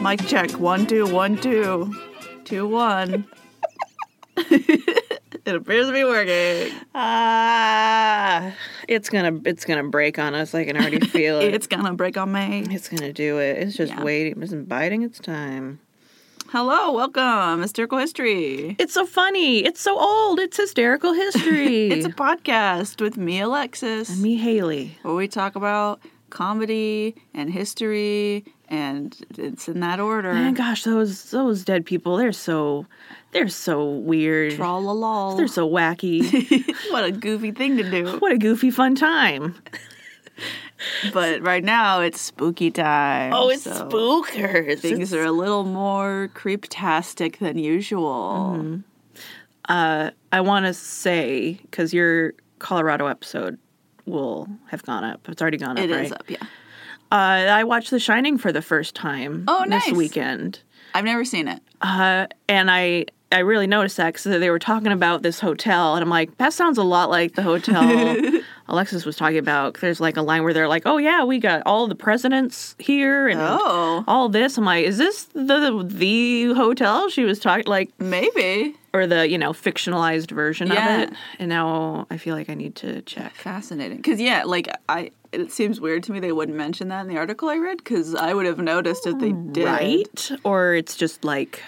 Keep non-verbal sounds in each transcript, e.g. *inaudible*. mic check. One, two, one, two, two, one. it appears to be working. Ah, it's gonna it's gonna break on us. I can *laughs* already feel it. It's gonna break on me. It's gonna do it. It's just Yeah. waiting. It's biding its time. Hello, welcome, Hysterical History. It's so funny. It's so old. It's hysterical *laughs* history. It's a podcast with me, Alexis, me, Haley. where we talk about comedy and history, and it's in that order. And gosh, those those dead people. They're so they're so weird. Tra la la. They're so *laughs* wacky. *laughs* What a goofy thing to do. what a goofy fun time. But right now it's spooky time. so Oh, spookers. Things are a little more creeptastic than usual. Mm-hmm. uh, I want to say because your Colorado episode will have gone up. It's already gone up. It is right? up, yeah. Uh, I watched The Shining for the first time Oh, this nice. weekend, I've never seen it. uh, and I I really noticed that because they were talking about this hotel, and I'm like, that sounds a lot like *laughs* the hotel Alexis was talking about. There's like a line where they're like, oh yeah, we got all the presidents here and Oh. all this. I'm like, is this the the hotel she was talking like? Maybe. or the you know fictionalized version Yeah. of it and now i feel like i need to check Fascinating. Because, yeah, like, I. It seems weird to me they wouldn't mention that in the article I read because I would have noticed if they did. Hmm, right or it's just like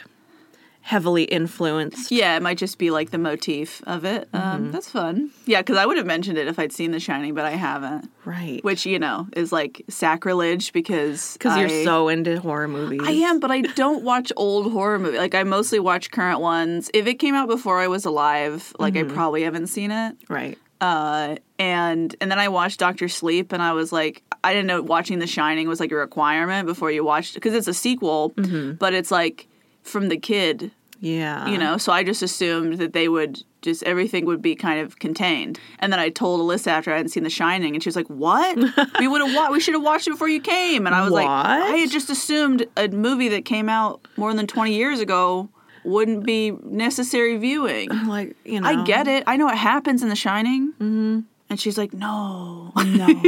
heavily influenced Yeah, it might just be like the motif of it. Mm-hmm. Um, that's fun. Yeah, because I would have mentioned it if I'd seen The Shining, but I haven't. right Which, you know, is like sacrilege because. because I- you're so into horror movies I am, but I don't watch old horror movies. Like I mostly watch current ones. If it came out before I was alive, like Mm-hmm. I probably haven't seen it. right Uh, and and then I watched Doctor Sleep, and I was like, I didn't know watching The Shining was like a requirement before you watched because it's a sequel, but it's like from the kid, yeah you know. So I just assumed that they would just everything would be kind of contained. And then I told Alyssa after I hadn't seen The Shining, and she was like, "What? we would have wa- we should have watched it before you came." And I was like, What? "I had just assumed a movie that came out more than twenty years ago wouldn't be necessary viewing." like you know I get it. I know it happens in The Shining. Mm-hmm. And she's like, *laughs* "No, no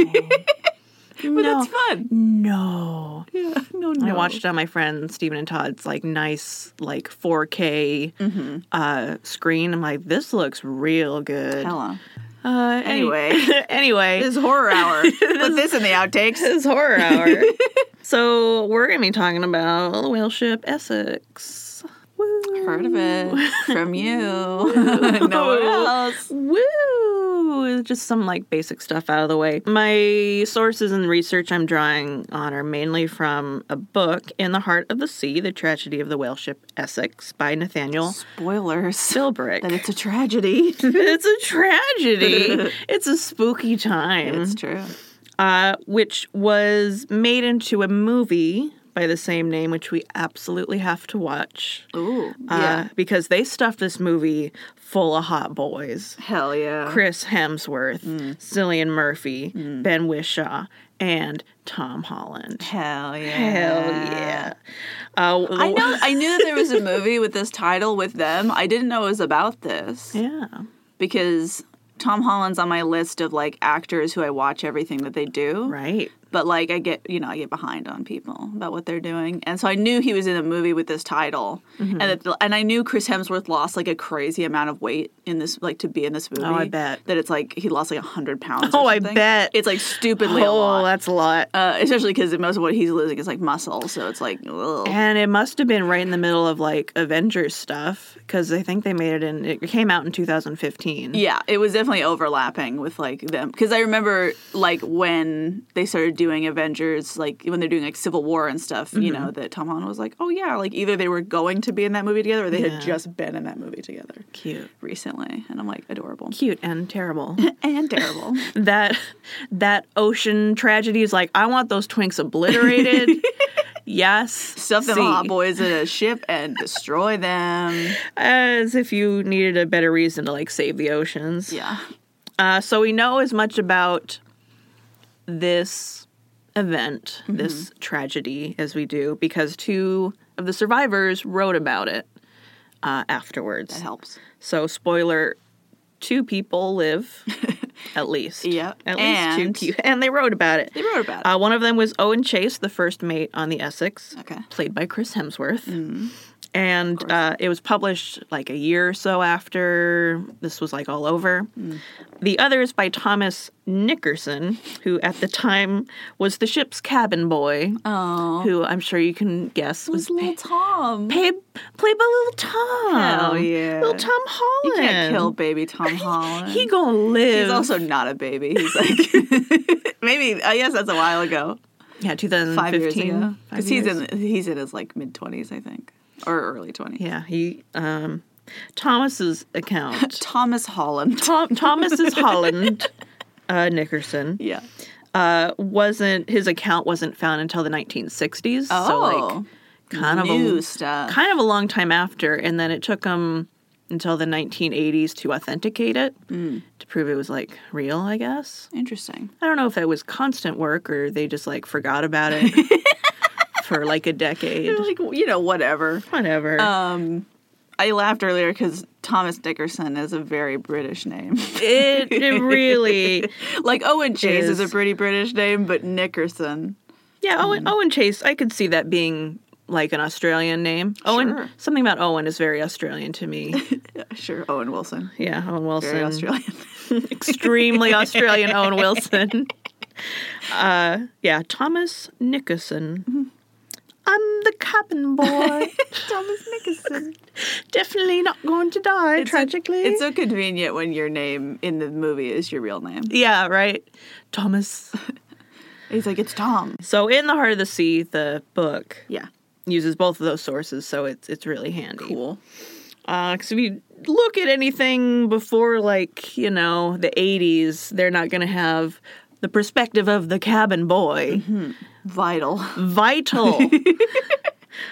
but no that's fun." no Yeah, no, no. I watched it on my friend Stephen and Todd's like nice like 4K Mm-hmm. uh, screen. I'm like, this looks real good. Hella. Uh, any- Anyway. *laughs* anyway, This is horror *laughs* hour. Put this in the outtakes. This is horror hour. *laughs* so we're gonna be talking about the whale ship Essex. Woo. Heard of *laughs* it from you. Nowhere else. Woo! Just some like basic stuff out of the way. My sources and research I'm drawing on are mainly from a book, In the Heart of the Sea: The Tragedy of the Whale Ship Essex, *laughs* by Nathaniel Spoilers. Philbrick. That *laughs* it's a tragedy. it's a *laughs* tragedy. it's a spooky time. it's true. uh, which was made into a movie by the same name, which we absolutely have to watch. Ooh. Uh, Because they stuffed this movie full of hot boys. Hell yeah. Chris Hemsworth, Mm. Cillian Murphy, Ben Wishaw, and Tom Holland. Hell yeah. Hell yeah. Uh, I know I knew that there was a movie with this title with them. I didn't know it was about this *laughs* Yeah. because Tom Holland's on my list of like actors who I watch everything that they do. Right. But like I get, you know, I get behind on people about what they're doing. And so I knew he was in a movie with this title. Mm-hmm. And that, and I knew Chris Hemsworth lost like a crazy amount of weight in this like to be in this movie. Oh, I bet. That it's like he lost like 100 pounds. or Oh, I something. bet. It's like stupidly a lot. Oh, that's a lot. uh, especially because most of what he's losing is like muscle, so it's like, ugh. And it must have been right in the middle of like Avengers stuff because I think they made it in, it came out in 2015. yeah, it was definitely overlapping with like them because I remember like when they started doing Avengers, like when they're doing like Civil War and stuff, you Mm-hmm. know, that Tom Holland was like, oh yeah, like either they were going to be in that movie together or they Yeah. had just been in that movie together Cute. recently, and I'm like, adorable Cute *laughs* and terrible. and terrible. that that ocean tragedy is like, I want those twinks *laughs* obliterated. yes. Stuff them see. hot boys in a ship and destroy them. As if you needed a better reason to like save the oceans. Yeah, Uh, so we know as much about this event, Mm-hmm. this tragedy, as we do because two of the survivors wrote about it uh, afterwards. that helps. *laughs* So, spoiler two people live at least. Yep. At And- least two Q. And they wrote about it. They wrote about it. Uh, one of them was Owen Chase, the first mate on the Essex, Okay. played by Chris Hemsworth. Mm-hmm. And uh, it was published like a year or so after this was like all over. Mm. The other is by Thomas Nickerson, who at the time was the ship's cabin boy, Oh, who I'm sure you can guess it was was, little Tom. pa- played by little Tom. Hell yeah. Little Tom Holland. You can't kill baby Tom Holland. He gonna live. He's also not a baby. He's like *laughs* maybe I guess that's a while ago, yeah, 2015. five years ago, Mm, Five because he's years. in he's in his like mid twenties, I think, or early twenties. Yeah, he um Thomas's *laughs* account. Thomas Holland. *laughs* Tom, Thomas's Holland uh, Nickerson Yeah. uh, wasn't his account wasn't found until the 1960s. so Oh. like kind of New a stuff. kind of a long time after, and then it took him until the 1980s to authenticate it to prove it was like real. I guess Interesting. I don't know if it was constant work or they just like forgot about it for like a decade. Like you know whatever. Whatever. Um, I laughed earlier because Thomas Dickerson is a very British name. *laughs* it it really like Owen Chase is. Is. a pretty British name, but Nickerson. Yeah, Owen, Mm-hmm. Owen Chase, I could see that being like an Australian name. Sure. Owen, something about Owen is very Australian to *laughs* me. Yeah, sure, Owen Wilson. Yeah, Owen Very Wilson. Australian. *laughs* *laughs* Extremely Australian Owen Wilson. Uh, yeah, Thomas Nickerson. Mm-hmm. I'm the *laughs* cabin boy. Thomas Nickerson. Definitely not going to die It's so- tragically. It's so convenient when your name in the movie is your real name. yeah, right. *laughs* Thomas. He's like, it's Tom. So, in the heart of the sea, the book Yeah. uses both of those sources, so it's it's really handy. Cool. Because Uh, if you look at anything before, like, you know, the 80s, they're not going to have the perspective of the cabin boy. Mm-hmm. Vital. *laughs* Vital.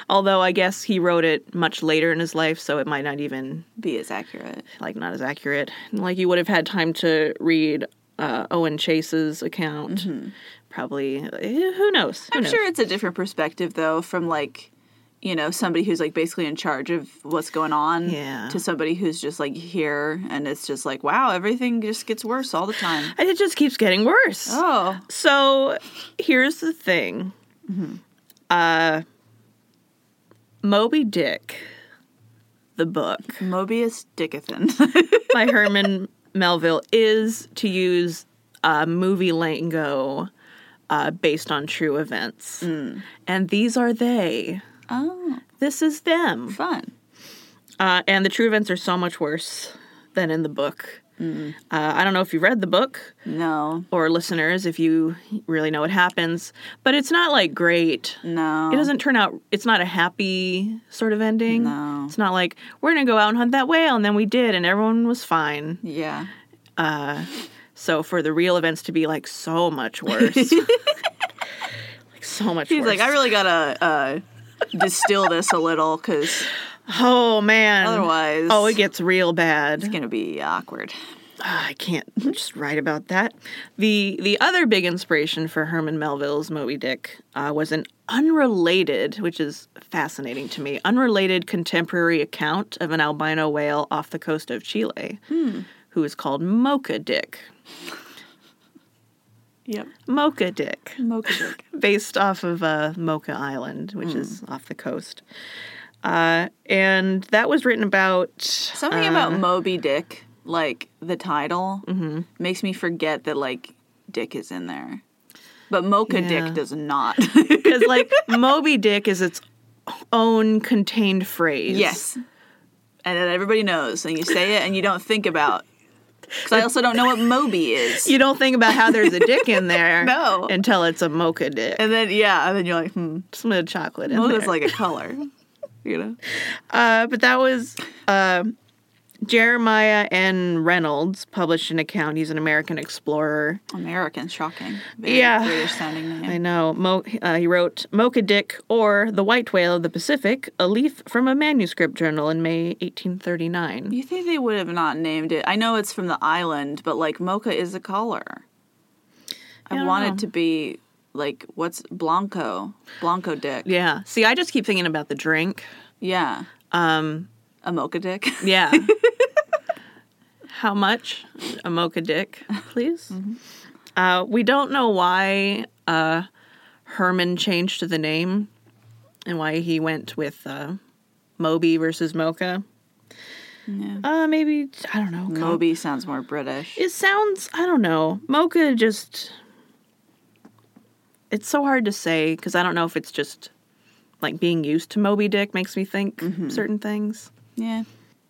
Although I guess he wrote it much later in his life, so it might not even, Be as accurate. like, not as accurate. Like, you would have had time to read uh, Owen Chase's account. Probably, eh, who knows? Who Mm-hmm. I'm knows? sure it's a different perspective, though, from like, you know, somebody who's like basically in charge of what's going on Yeah. to somebody who's just like here and it's just like, wow, everything just gets worse all the time. And it just keeps getting worse. Oh, So here's the thing. Uh, Moby Dick, the book Mobius Dickathan. *laughs* by Herman Melville, is to use uh, movie lingo uh, based on true events. And these are they. oh, This is them. fun. Uh, and the true events are so much worse than in the book. Uh, I don't know if you've read the book No, or listeners, if you really know what happens, but it's not like great. no. It doesn't turn out. It's not a happy sort of ending. No. It's not like we're gonna go out and hunt that whale, and then we did, and everyone was fine. Yeah. So for the real events to be like so *laughs* much worse, like so much. He's worse. like, I really gotta uh, distill this a little *laughs* because Oh man. otherwise, Oh, it gets real bad. it's gonna be awkward. Ah, I can't just write about that. The the other big inspiration for Herman Melville's Moby Dick uh, was an unrelated, which is fascinating to me, unrelated contemporary account of an albino whale off the coast of Chile, who is called Mocha Dick. Yep. Mocha Dick, Mocha dick. based off of uh, Mocha Island, which is off the coast, uh, and that was written about uh, Something about Um, Moby Dick, like the title, Mm-hmm. makes me forget that like Dick is in there, but Mocha Yeah. Dick does *laughs* not. *laughs* because like Moby Dick is its own contained phrase. yes, and then everybody knows, and you say it, and you don't think *laughs* about. Because I also don't know what Moby is. You don't think about how there's a dick in *laughs* there No. until it's a mocha dick. And then yeah, and then you're like, hmm, Some of the chocolate in Mocha's there. like a *laughs* color, you know? uh, but that was uh, Jeremiah N. Reynolds published an account. He's an American explorer. American, shocking. Very Yeah. British sounding name. I know. Mo- uh, he wrote Mocha Dick or The White Whale of the Pacific, a leaf from a manuscript journal in May 1839. You think they would have not named it? I know it's from the island, but like mocha is a color. Yeah, I I don't want know. it to be like what's blanco, blanco dick. Yeah. See, I just keep thinking about the drink. Yeah. Um, *laughs* a mocha dick. yeah. how much? A mocha dick, please. Mm-hmm. uh, we don't know why uh, Herman changed the name and why he went with uh, Moby versus Mocha. Yeah. Uh, maybe, I don't know. com- Moby sounds more British. It sounds, I don't know. Mocha just. It's so hard to say because I don't know if it's just like being used to Moby Dick makes me think Mm-hmm. certain things. Yeah.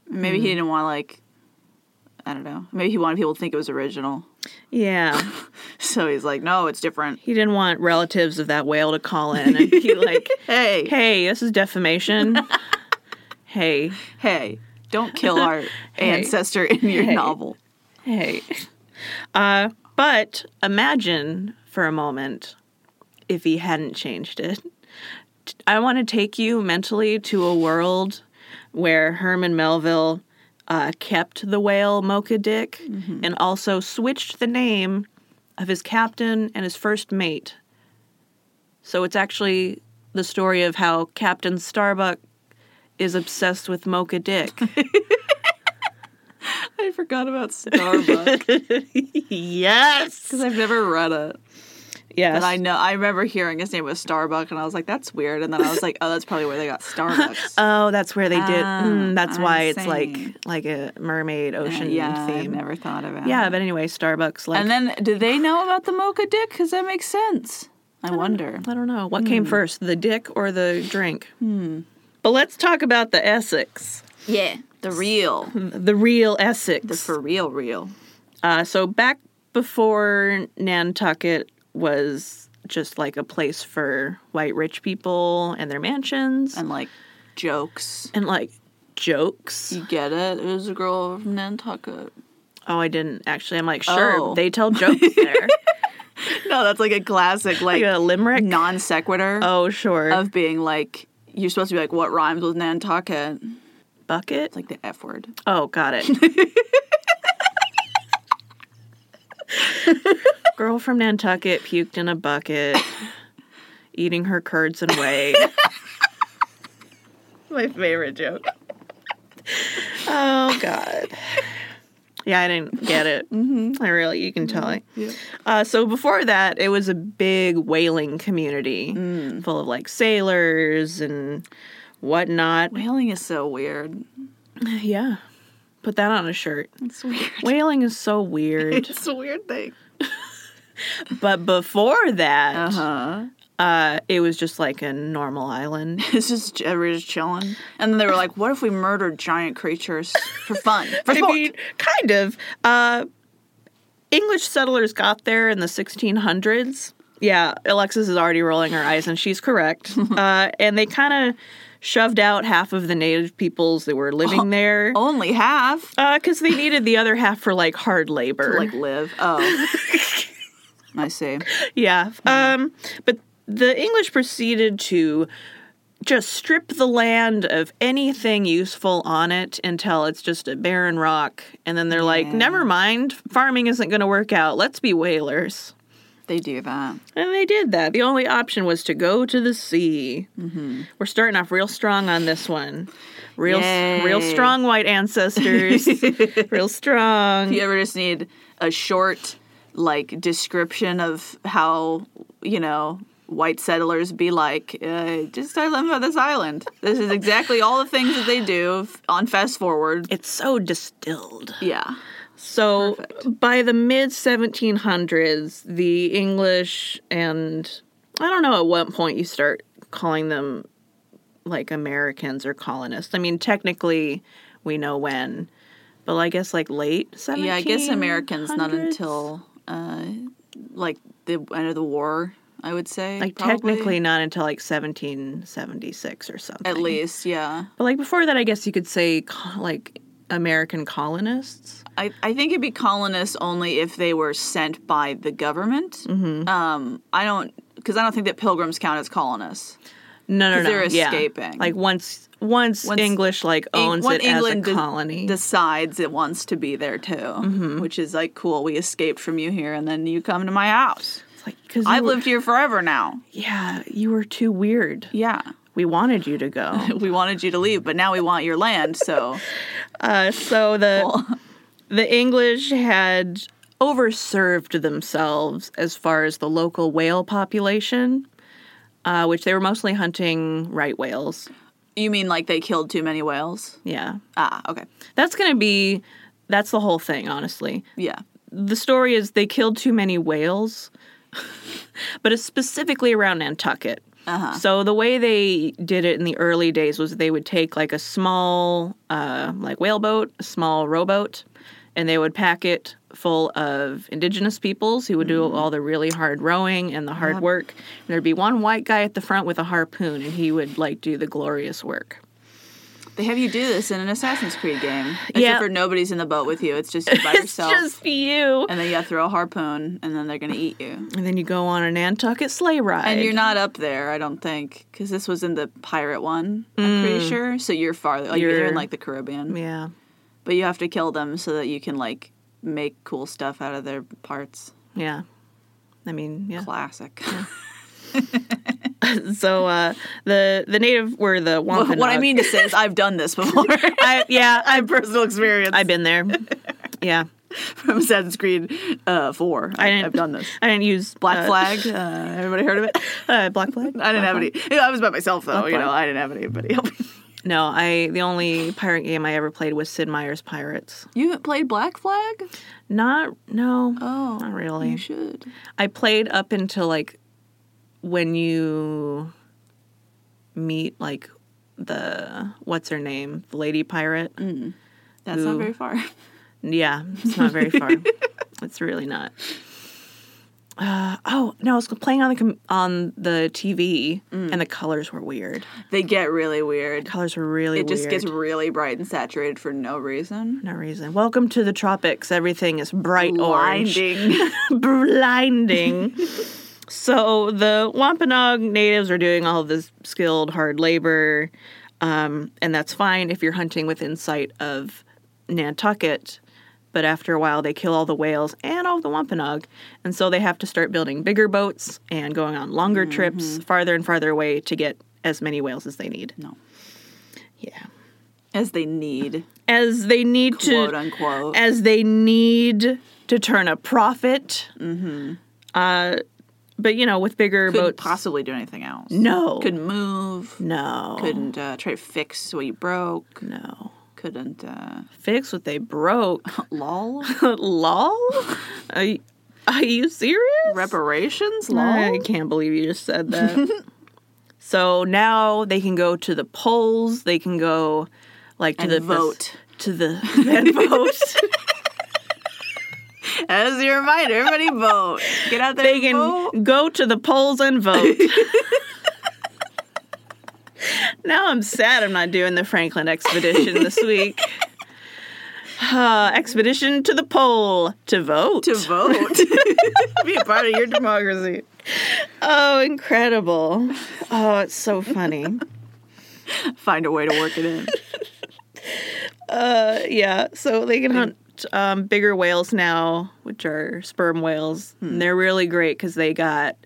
Maybe Mm-hmm. he didn't want like I don't know. Maybe he wanted people to think it was original. *laughs* Yeah. So he's like, "No, it's different." He didn't want relatives of that whale to call in and be like, Hey, hey, hey, this is defamation. hey, don't kill our *laughs* Hey. ancestor in your Hey. novel. hey. Uh, but imagine for a moment if he hadn't changed it. I want to take you mentally to a world where Herman Melville uh, kept the whale Mocha Dick and also switched the name of his captain and his first mate. So it's actually the story of how Captain Starbuck is obsessed with Mocha Dick. I forgot about *laughs* Starbuck yes. because I've never read it. Yes. And I know I remember hearing his name was Starbuck, and I was like, "That's weird." And then I was like, "Oh, that's probably where they got *laughs* Starbucks." Oh, that's where they did. Ah, Mm, that's I why it's see. like like a mermaid ocean yeah, I theme. never thought about. Yeah, it. but anyway, Starbucks like and then do *sighs* they know about the mocha dick? Because that makes sense. I wonder. I don't know what Hmm. came first, the dick or the drink. Hmm. But let's talk about the Essex, Yeah, the real, the real Essex. the for real, real. Uh, so back before Nantucket was just like a place for white rich people and their mansions and, and like jokes. like jokes. You get it? It was a girl from Nantucket. Oh, I didn't actually. I'm like, sure, Oh. they tell jokes there. *laughs* No, that's like a classic, *laughs* like like a limerick. non sequitur Oh, sure. of being like you're supposed to be like what rhymes with Nantucket? It's bucket. like the F word. Oh, got it. *laughs* Girl from Nantucket puked in a bucket, eating her curds and whey. *laughs* My favorite joke. Oh God. Yeah, I didn't get it. I really, you can tell. I- Uh, so before that, it was a big whaling community full of like sailors and whatnot. Whaling is so weird. Yeah, put that on a shirt. It's weird. *laughs* Whaling is so weird. It's a weird thing. but before Uh that, uh *laughs* huh. it was just like a normal island. It's just everybody's just chilling, and then they were like, "What if we murdered giant creatures for *laughs* fun, for I sport?" mean, kind of. Uh, English settlers got there in the 1600s. Yeah, Alexis is already rolling her eyes, and she's correct. uh, and they kind of shoved out half of the native peoples that were living there Only half because they needed the other half for like hard labor. like live. *laughs* Oh, I see. Yeah. Um, but the English proceeded to just strip the land of anything useful on it until it's just a barren rock. And then they're like, never mind, farming isn't going to work out. Let's be whalers. They do that. And they did that. The only option was to go to the sea. We're starting off real strong on this one. Real, Yay. real strong white ancestors. real strong. you ever just need a short like description of how you know white settlers be like uh, just tell them about this island this is exactly all the things that they do f- on fast *laughs* forward It's so distilled. yeah So by the mid 1700s, the English and I don't know at what point you start calling them like Americans or colonists. I mean, technically, we know when, but I guess like late 1700s. yeah i guess americans not until uh, like the end of the war i would say like probably. technically not until like 1776 or something. at least yeah But like before that, I guess you could say co- like American colonists. I, I think it'd be colonists only if they were sent by the government. Mm-hmm. Um, I don't because I don't think that pilgrims count as colonists. No, no, no. they're yeah. escaping. Like once, once, Once English like Eng- owns when it E, England as de- a colony. Mm-hmm. decides it wants to be there too, which is like cool. We escaped from you here, and then you come to my house. It's like because I've lived here forever now. Yeah, you were too weird. *laughs* Yeah, We wanted you to go. *laughs* *laughs* we wanted you to leave, but now we want your land. So Uh, so the The English had overserved themselves as far as the local whale population, uh, which they were mostly hunting right whales. You mean like they killed too many whales? Yeah. Ah, okay. That's going to be, that's the whole thing, honestly. Yeah. The story is they killed too many whales, *laughs* but it's specifically around Nantucket. Uh-huh. So the way they did it in the early days was they would take like a small, uh, like whaleboat, a small rowboat, and they would pack it full of indigenous peoples who would Mm. do all the really hard rowing and the hard work. And there'd be one white guy at the front with a harpoon, and he would like do the glorious work. They have you do this in an Assassin's Creed game. Except Yeah. for nobody's in the boat with you. It's just you by *laughs* it's yourself. just you. And then you have to throw a harpoon, and then they're gonna eat you. And then you go on a Nantucket sleigh ride. And you're not up there, I don't think, because this was in the pirate one. I'm pretty sure. So you're farther. Like you're, in Mm. You're- like the Caribbean, Yeah. but you have to kill them so that you can like make cool stuff out of their parts. Yeah. I mean, yeah. Classic. So uh, the the native were the Wampanoag. *laughs* what I mean to say is, I've done this before. *laughs* *laughs* I, yeah, I've, Personal experience I've been there. Yeah. from Assassin's Creed uh, Four. I, I didn't- I've done this. I didn't use Black uh, Flag. Uh, everybody heard of it? *laughs* Uh, black flag. I didn't have any. yeah, I was by myself though. Black you know, Flag. I didn't have anybody helping. No, I the only pirate game I ever played was Sid Meier's Pirates. *laughs* You played Black Flag? Not no, Oh, not really. You should. I played up until like when you meet like the what's her name, the lady pirate. That's Ooh. not very far. Yeah, it's not very far. it's really not. Uh, oh no! I was playing on the com- on the TV, Mm. and the colors were weird. *laughs* They get really weird. Colors were really It just weird. gets really bright and saturated for no reason. no reason. Welcome to the tropics. Everything is bright orange. Blinding. *laughs* blinding. so the Wampanoag natives are doing all this skilled, hard labor, um, and that's fine if you're hunting within sight of Nantucket. But after a while, they kill all the whales and all the Wampanoag, and so they have to start building bigger boats and going on longer trips farther and farther away to get as many whales as they need. *laughs* no. Yeah, As they need, as they need quote to unquote. as they need to turn a profit. Mm-hmm. Uh, but you know, with bigger Couldn't boats, possibly do anything else. no, Couldn't move. no, Couldn't uh, try to fix what you broke. no. Couldn't, uh, Fix what they broke. *laughs* lol. Lol. Are you, are you serious? *laughs* Reparations? Lol. I can't believe you just said that. *laughs* so now they can go to the polls. They can go, like to And the vote. to the *laughs* and vote. As a reminder, everybody vote. Get out there they and can vote. go to the polls *laughs* and vote. now I'm sad I'm not doing the Franklin expedition *laughs* this week. Uh, expedition to the poll to vote. To vote. *laughs* Be a part of your democracy. oh, incredible. Oh, it's *laughs* so funny. Find a way to work it in. Uh, yeah, so they can hunt um, bigger whales now, which are sperm whales. Hmm. And they're really great because they got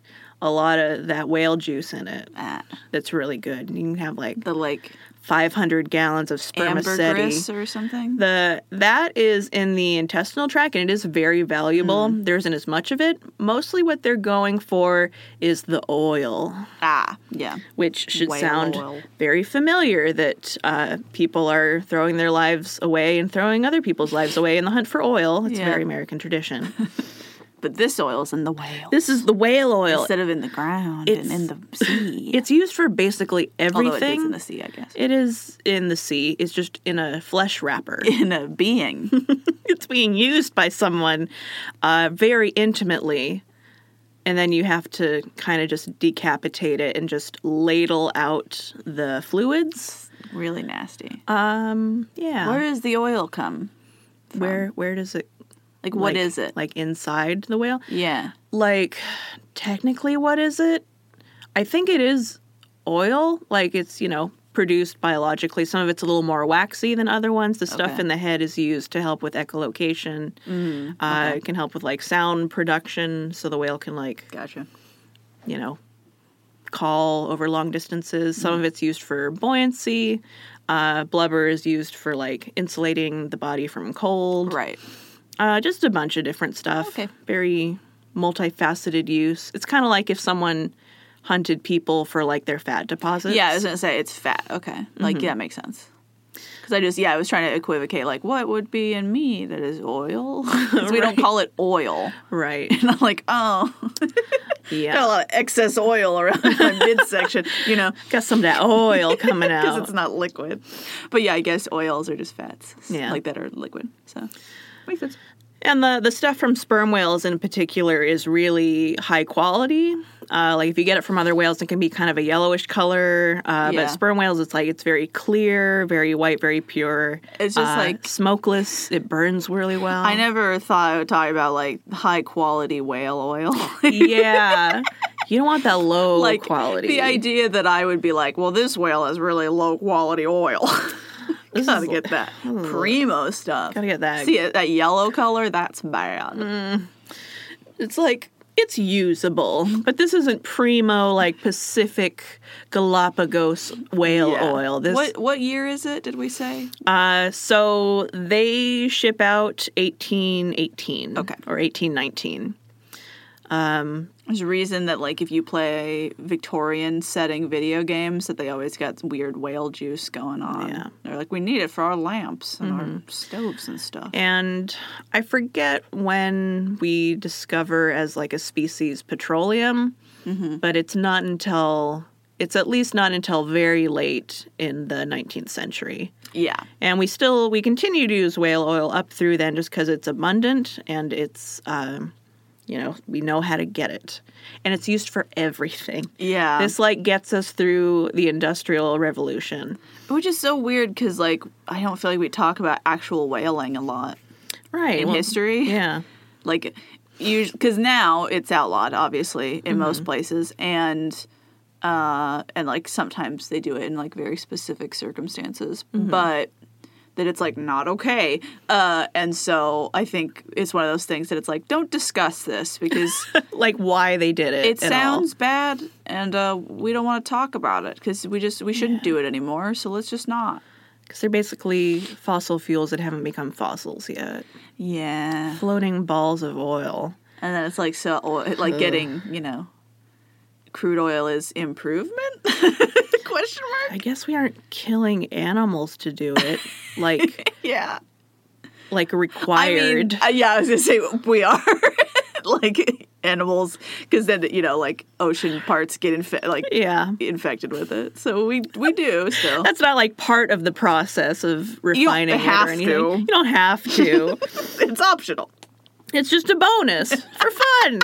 a lot of that whale juice in it Ah, that's really good. And you can have like the like 500 gallons of spermaceti. ambergris or something. The that is in the intestinal tract and it is very valuable. Hmm. There isn't as much of it. Mostly what they're going for is the oil, ah, yeah. which should Whale sound oil. very familiar that uh, people are throwing their lives away and throwing other people's lives away in the hunt for oil. It's Yeah. a very American tradition. But this oil's in the whale. this is the whale oil. instead of in the ground and in the *laughs* sea. It's used for basically Although it is everything. in the sea, I guess. it is in the sea. It's just in a *laughs* flesh wrapper. *laughs* In a being. it's being used by someone uh, very intimately and then you have to kind of just decapitate it and just ladle out the fluids *laughs* really nasty. um yeah Where does the oil come? where where does it Like, what like- is it? like inside the whale yeah. like technically what is it i think it is oil like it's you know produced biologically some of it's a little more waxy than other ones the stuff Okay. in the head is used to help with echolocation uh, it can help with like sound production so the whale can like Gotcha. you know call over long distances some of it's used for buoyancy Uh, blubber is used for like insulating the body from cold. Right. Uh, just a bunch of different stuff. Oh, Okay. Very multifaceted use. It's kind of like if someone hunted people for like their fat deposits. Yeah, I was gonna say it's fat. Okay, like yeah, makes sense. Because I just yeah, I was trying to equivocate like what would be in me that is oil *laughs* 'Cause we don't call it oil. *laughs* Right. And I'm like, oh, got a Yeah. lot of excess oil around *laughs* my midsection, you know, Got some of *laughs* that oil coming because out. it's not liquid. But yeah, I guess oils are just fats, s- Yeah. like that are liquid. So makes sense. And the, the stuff from sperm whales in particular is really high quality. Uh, like if you get it from other whales, it can be kind of a yellowish color. Uh, Yeah. But sperm whales, it's like it's very clear, very white, very pure. It's just Uh, like- smokeless. It burns really well. I never thought I would talk about like high quality whale oil. *laughs* yeah, you don't want that *laughs* low like quality. the idea that I would be like, well, this whale has really low quality oil. *laughs* This gotta is- hmm. get that primo stuff. Gotta get that. Mm, See it, that yellow color? That's bad. It's like it's usable, but this isn't primo like Pacific Galapagos whale Yeah. oil. This What what year is it? Did we say? Uh, so they ship out 1818 Okay. or 1819. There's a reason that like if you play Victorian setting video games that they always got weird whale juice going on. Yeah. Mm-hmm. They're like, we need it for our lamps and our stoves and stuff. And I forget when we discover as like a species petroleum, but it's not until it's at least not until very late in the 19th century. Yeah. And we still we continue to use whale oil up through then just because it's abundant and it's um, you know we know how to get it, and it's used for everything. Yeah. This like gets us through the industrial revolution. Which is so weird because like I don't feel like we talk about actual whaling a lot Right. in well, history. Yeah. *laughs* like usually because now it's outlawed obviously in most places and uh and like sometimes they do it in like very specific circumstances but that it's like not okay uh and so i think it's one of those things that it's like don't discuss this because Like why they did it. it at all. sounds bad and uh we don't want to talk about it because we just we shouldn't do it anymore so let's just not Because they're basically fossil fuels that haven't become fossils yet. yeah Floating balls of oil. and then it's like so like getting you know crude oil is improvement *laughs* question mark I guess we aren't killing animals to do *laughs* it. like yeah like i required. mean uh, yeah i was gonna say we are *laughs* like animals because then you know like ocean parts get infe- like yeah. infected with it so we we do *laughs* still That's not like part of the process of refining it have or anything. to. You don't have *laughs* to. it's optional it's just a bonus for fun.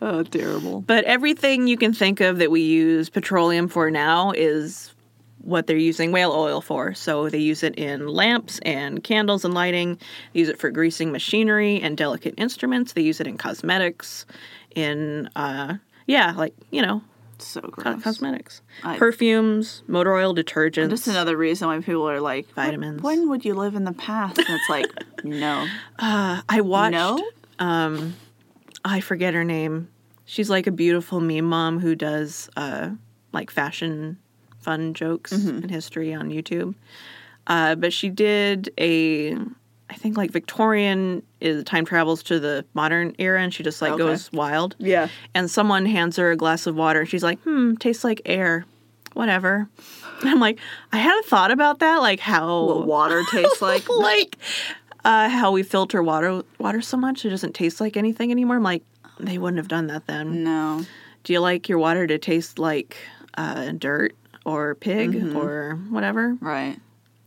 oh terrible But everything you can think of that we use petroleum for now is what they're using whale oil for. So they use it in lamps and candles and lighting. They use it for greasing machinery and delicate instruments. They use it in cosmetics, in uh, yeah, like you know, so co- gross cosmetics, I- perfumes, motor oil, detergents. just another reason why people are like "What- Vitamins. when would you live in the past and it's like *laughs* no Uh, I watched. um, no I forget her name. She's like a beautiful meme mom who does uh, like fashion fun jokes Mm-hmm. and history on YouTube. Uh, but she did a, I think like Victorian is time travels to the modern era, and she just like Okay. goes wild. yeah And someone hands her a glass of water, and she's like, "Hmm, tastes like air." Whatever. *laughs* And I'm like, I hadn't thought about that. Like how what water tastes *laughs* like *laughs* like uh, how we filter water water so much it doesn't taste like anything anymore. I'm like, they wouldn't have done that then. no Do you like your water to taste like uh, dirt or pig Mm-hmm. or whatever? right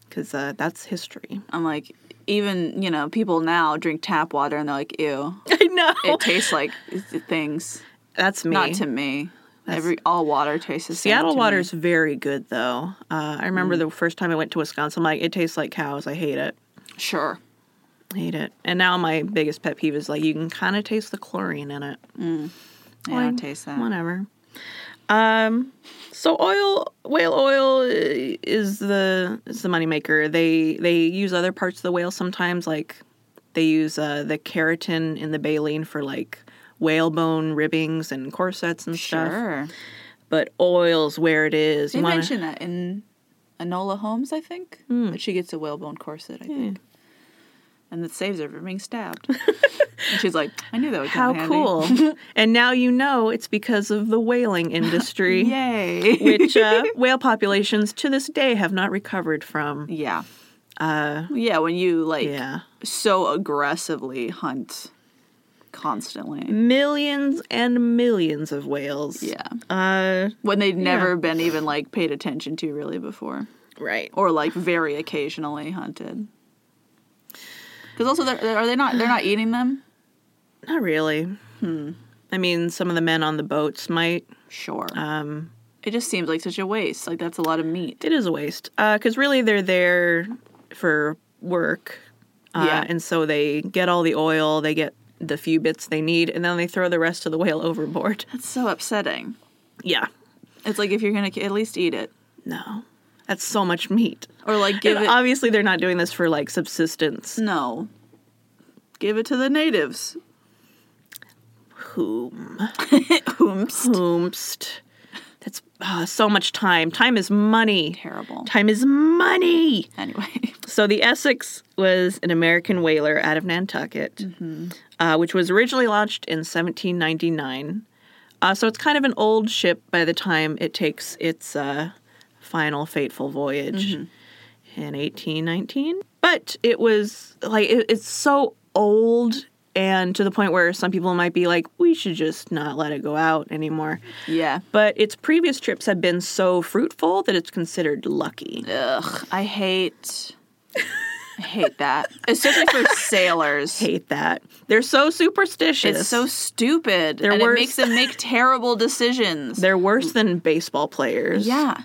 Because uh, that's *laughs* history. I'm like, even you know, people now drink tap water and they're like, ew, I know. *laughs* it tastes like things. that's me. Not to me. Every all water tastes the same. Seattle to water me. Mm. is very good though. Uh, I remember the first time I went to Wisconsin, I'm like, it tastes like cows. I hate it. sure. I hate it. And now my biggest pet peeve is like, you can kind of taste the chlorine in it. Yeah, I don't taste that. Whatever. Um, so oil, whale oil uh, is the is the moneymaker. They they use other parts of the whale sometimes, like they use uh, the keratin in the baleen for like whalebone ribbings and corsets and stuff. Sure. But oil's where it is. They You wanna- Hmm. mention that in Enola Holmes, I think. But she gets a whalebone corset, I think. And that saves her from being *laughs* stabbed. and she's like, I knew that would How come handy. *laughs* cool. and now you know it's because of the *laughs* whaling industry, Yay. which uh, whale populations to this day have not recovered from. yeah. Uh, yeah, when you like Yeah. so aggressively hunt Mm. constantly. Millions and millions of whales. Yeah. Uh, When they'd never been even like paid attention to really before. right. or like very occasionally hunted. Because also, they're, they're- are they not? They're not eating them. Not really. Hmm. I mean, some of the men on the boats might. Sure, Um, it just seems like such a waste. Like that's a lot of meat. it is a waste because really they're there for work, uh, Yeah. and so they get all the oil, they get the few bits they need, and then they throw the rest of the whale *laughs* overboard. That's so upsetting. Yeah, It's like if you're gonna at least eat it, no, that's so much meat. or like give and it. Mm. obviously, they're not doing this for like subsistence. no, give it to the natives. Whom? Oops. Whomst? That's uh, so much time. Time is money. Terrible. Time is money. Anyway, *laughs* So the Essex was an American whaler out of Nantucket, uh, which was originally launched in 1799. Uh, so it's kind of an old ship by the time it takes its uh, final fateful voyage in 1819. But it was like it, it's so old and to the point where some people might be like, we should just not let it go out anymore. yeah. But its previous trips have been so fruitful that it's considered lucky. Ugh, I hate. I hate that, especially *laughs* for sailors. hate that. They're so superstitious. It's so stupid, They're and worse. it makes them *laughs* make terrible decisions. they're worse than baseball players. Mm. Yeah.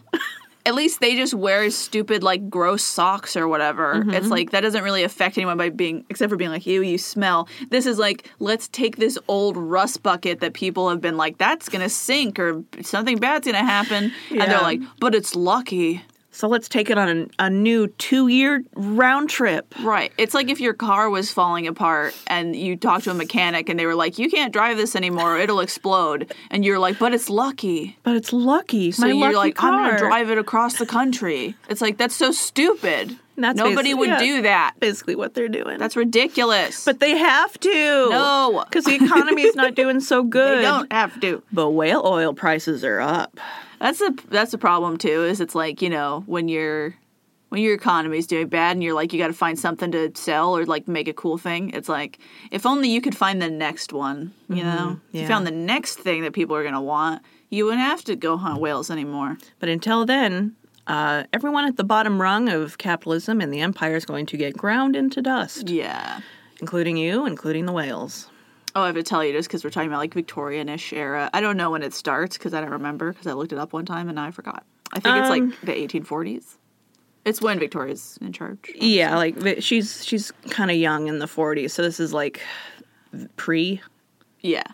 At least they just wear stupid, like, gross socks or whatever. Mm-hmm. It's like that doesn't really affect anyone by being, except for being like, ew, you smell. This is like, let's take this old rust bucket that people have been like, that's gonna sink or something bad's gonna happen. And Yeah. they're like, but it's lucky. So let's take it on an, a new two-year round trip. Right. It's like if your car was falling apart and you talked to a mechanic and they were like, you can't drive this anymore, it'll explode. And you're like, but it's lucky. But it's lucky. So My you're lucky like, I'm car. gonna drive it across the country. It's like that's so stupid. That's Nobody basi- would yeah. do that. Basically, what they're doing. That's ridiculous. but they have to. No. because the economy is not doing so *laughs* good. they don't have to. But whale oil prices are up. That's the that's the problem too. Is it's like you know when your when your economy's doing bad and you're like you got to find something to sell or like make a cool thing. It's like if only you could find the next one. You know, if Mm-hmm. yeah. you found the next thing that people are gonna want, you wouldn't have to go hunt whales anymore. But until then. Uh, everyone at the bottom rung of capitalism and the empire is going to get ground into dust, Yeah. including you, including the whales. Oh, I have to tell you just because we're talking about like Victorian-ish era. I don't know when it starts because I don't remember because I looked it up one time and I forgot. I think it's Um, like the 1840s. It's when Victoria's in charge. Yeah, like the- she's she's kind of young in the 40s, so this is like pre. Yeah,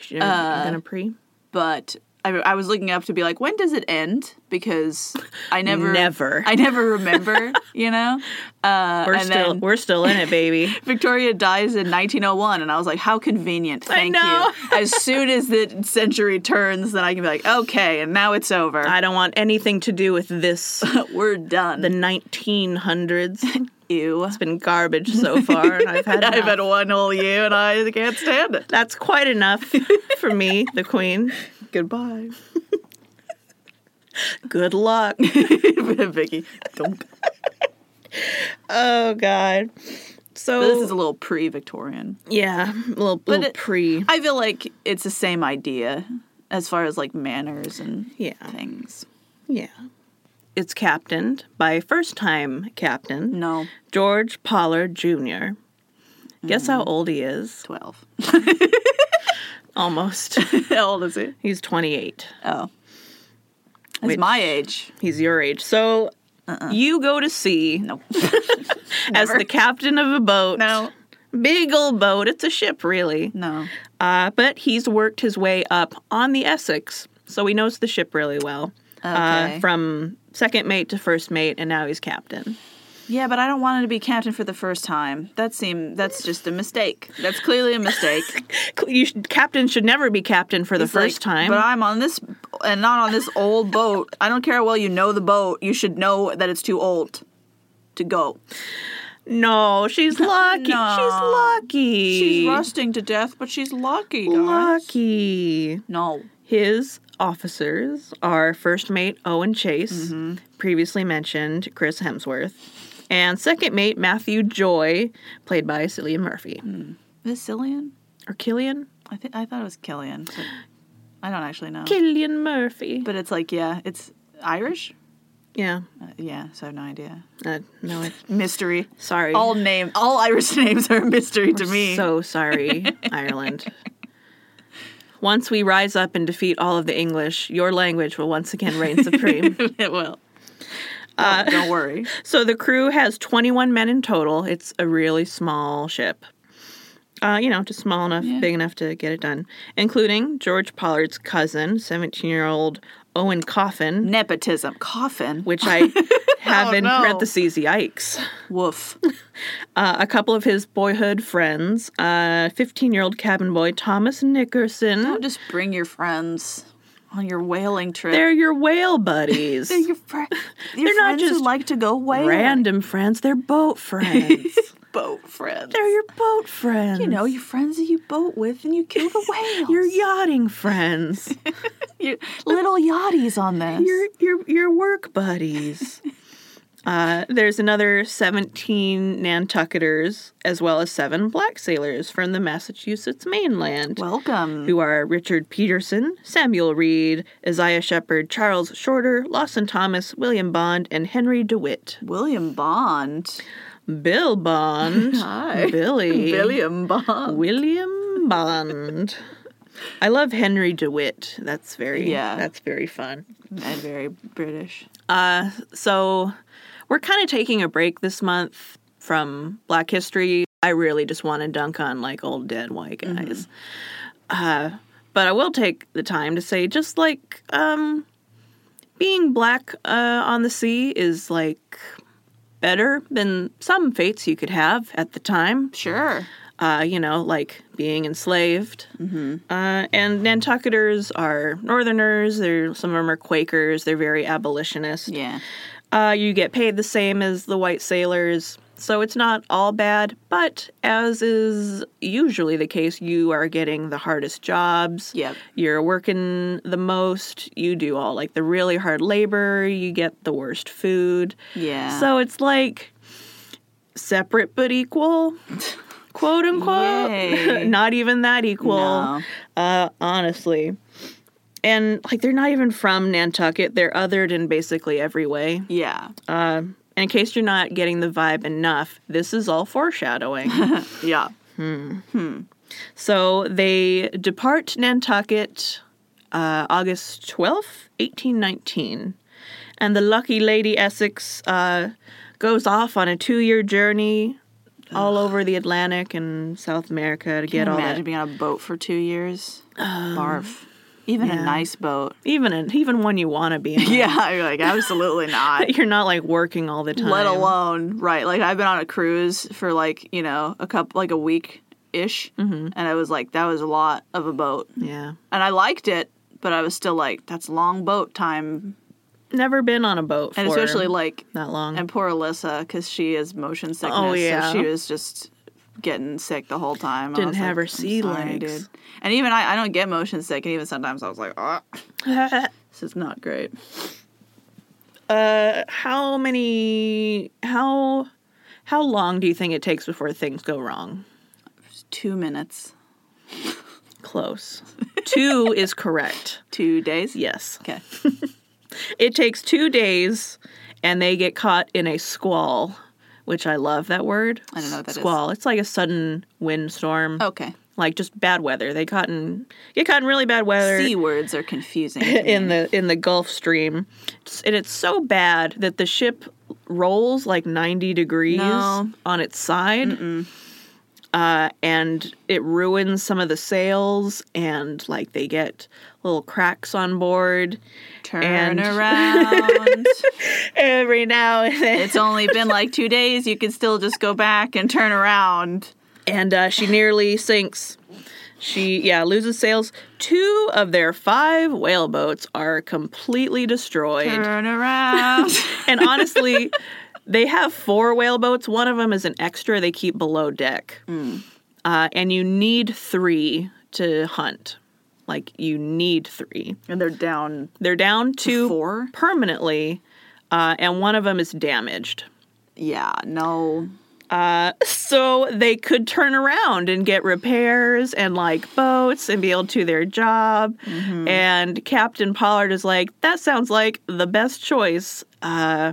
She's Uh, gonna pre. but I, I was looking up to be like, when does it end? Because I never, Never. I never remember. you know, *laughs* uh, We're and still then we're still in *laughs* it, baby. Victoria dies in 1901, and I was like, how convenient. Thank know. you. *laughs* As soon as the century turns, then I can be like, okay, and now it's over. I don't want anything to do with this. *laughs* We're done. The 1900s. It's you. been garbage *laughs* so far, and I've had. I've enough. had one whole year and I can't stand it. That's quite enough for me, the queen. *laughs* Goodbye. *laughs* Good luck. *laughs* Vicky. *laughs* Don't. *laughs* Oh God. So This is a little pre Victorian. yeah, a little, little it- pre. I feel like it's the same idea as far as like manners and Yeah. things. Yeah. It's captained by first time captain No, George Pollard Jr. Guess Mm-hmm. how old he is? 12. *laughs* Almost. How old is he? He's 28. Oh. It's Which- my age. He's your age. So you go to sea No. as Uh-uh. never. the captain of a boat. No. Big old boat. It's a ship, really. No. Uh, but he's worked his way up on the Essex, so he knows the ship really well. Okay. Uh, from second mate to first mate, and now he's captain. Yeah, but I don't want him to be captain for the first time. That seem that's just a mistake. That's clearly a mistake. You should, captain should never be captain for the It's first like, time. But I'm on this and not on this old boat. I don't care how well you know the boat. You should know that it's too old to go. No, *laughs* she's lucky. No. She's lucky. She's rusting to death, but she's lucky, guys. lucky. No. His officers are first mate Owen Chase, Mm-hmm. previously mentioned Chris Hemsworth, and second mate Matthew Joy, played by Cillian Murphy. Mm. Is it Cillian? Or Killian? I think I thought it was Killian. so- I don't actually know. Killian Murphy. but it's like, yeah, it's Irish. yeah. Uh, yeah, so I have no idea. Uh, no, it, Mystery. sorry. All name, all Irish *laughs* names are a mystery to me. *laughs* So sorry, Ireland. Once we rise up and defeat all of the English, your language will once again reign supreme. it will. Uh, Don't- don't worry. So the crew has 21 men in total. It's a really small ship. Uh, you know, just small enough, Yeah. big enough to get it done, including George Pollard's cousin, 17 year old Owen Coffin, Nepotism. Coffin. which I *laughs* have Oh, in no. parentheses, yikes. Woof. Uh, a couple of his boyhood friends, 15 year old cabin boy Thomas Nickerson. Don't just bring your friends on your whaling trip. They're your whale *laughs* buddies. They're your friends. They're *laughs* They're not friends who just like to go whaling. Random friends, they're boat friends. *laughs* boat friends. they're your boat friends. you know, your friends that you boat with, and you kill the whales. *laughs* your yachting friends. Your little yachties on this. your your your *laughs* work buddies. Uh, there's another 17 Nantucketers, as well as seven black sailors from the Massachusetts mainland, Welcome. who are Richard Peterson, Samuel Reed, Isaiah Shepard, Charles Shorter, Lawson Thomas, William Bond, and Henry DeWitt. William Bond. Bill *laughs* Bond. Hi. Billy. William Bond. *laughs* William Bond. I love Henry DeWitt. That's very Yeah. That's very fun. And very British. Uh, so we're kind of taking a break this month from Black History. I really just want to dunk on like old dead white guys. Uh, but I will take the time to say just like um, being black uh, on the sea is like better than some fates you could have at the time Sure. uh, you know, like being enslaved. Uh, and Nantucketers are Northerners. They're some of them are Quakers. They're very abolitionist. Yeah. Uh, you get paid the same as the white sailors, so it's not all bad. But as is usually the case, you are getting the hardest jobs. Yep. You're working the most. You do all like the really hard labor. You get the worst food. Yeah. So it's like separate *laughs* but equal, quote Yay. unquote. *laughs* not even that equal, No. uh, honestly. And like they're not even from Nantucket. They're othered in basically every way. Yeah. Uh, and in case you're not getting the vibe enough, this is *laughs* all foreshadowing. Yeah. so they depart Nantucket uh, August 12th, 1819. And the lucky Lady Essex uh, goes off on a two year journey all over the Atlantic and South America to get Can you all imagine that. Um, being on a boat for two years. Barf. Even a nice *laughs* boat. Even, even when you want to be on. *laughs* Yeah, you're like, absolutely not. *laughs* You're not like working all the time. Let alone, right. Like, I've been on a cruise for like, you know, a couple, like a week ish. Mm-hmm. And I was like, that was a lot of a boat. Yeah. And I liked it, but I was still like, that's long boat time. Never been on a boat for And especially like, that long. and poor Alyssa, because she is motion sickness. Mm-hmm. Oh, yeah. So she was just getting sick the whole time. I Didn't was have her "I'm sea legs." And even I, I don't get motion sick. And even sometimes I was like, ah, *laughs* this is not great. uh how many how how long do you think it takes before things go wrong Two minutes. *laughs* close two is correct Two days? yes Okay. it takes two days and they get caught in a squall which i love that word I don't know what that is. Oh. squall it's like a sudden windstorm Okay. like just bad weather they caught in get caught in really bad weather C words are confusing. to me. *laughs* in the in the Gulf Stream, It's- and it's so bad that the ship rolls like ninety degrees No. on its side, uh, and it ruins some of the sails, and like they get little cracks on board Turn and- *laughs* around. every now and then. it's only been like two days. You can still just go back and turn around. and uh, she nearly sinks. She, yeah, loses sails. Two of their five whale boats are completely destroyed. Turn *laughs* around. And honestly, they have four whale boats. One of them is an extra they keep below deck. Uh, and you need three to hunt. Like, you need three. and they're down. They're down two Four? permanently, uh, and one of them is damaged. Yeah, no. So they could turn around and get repairs and like boats and be able to do their job. Mm-hmm. And Captain Pollard is like, that sounds like the best choice. Uh,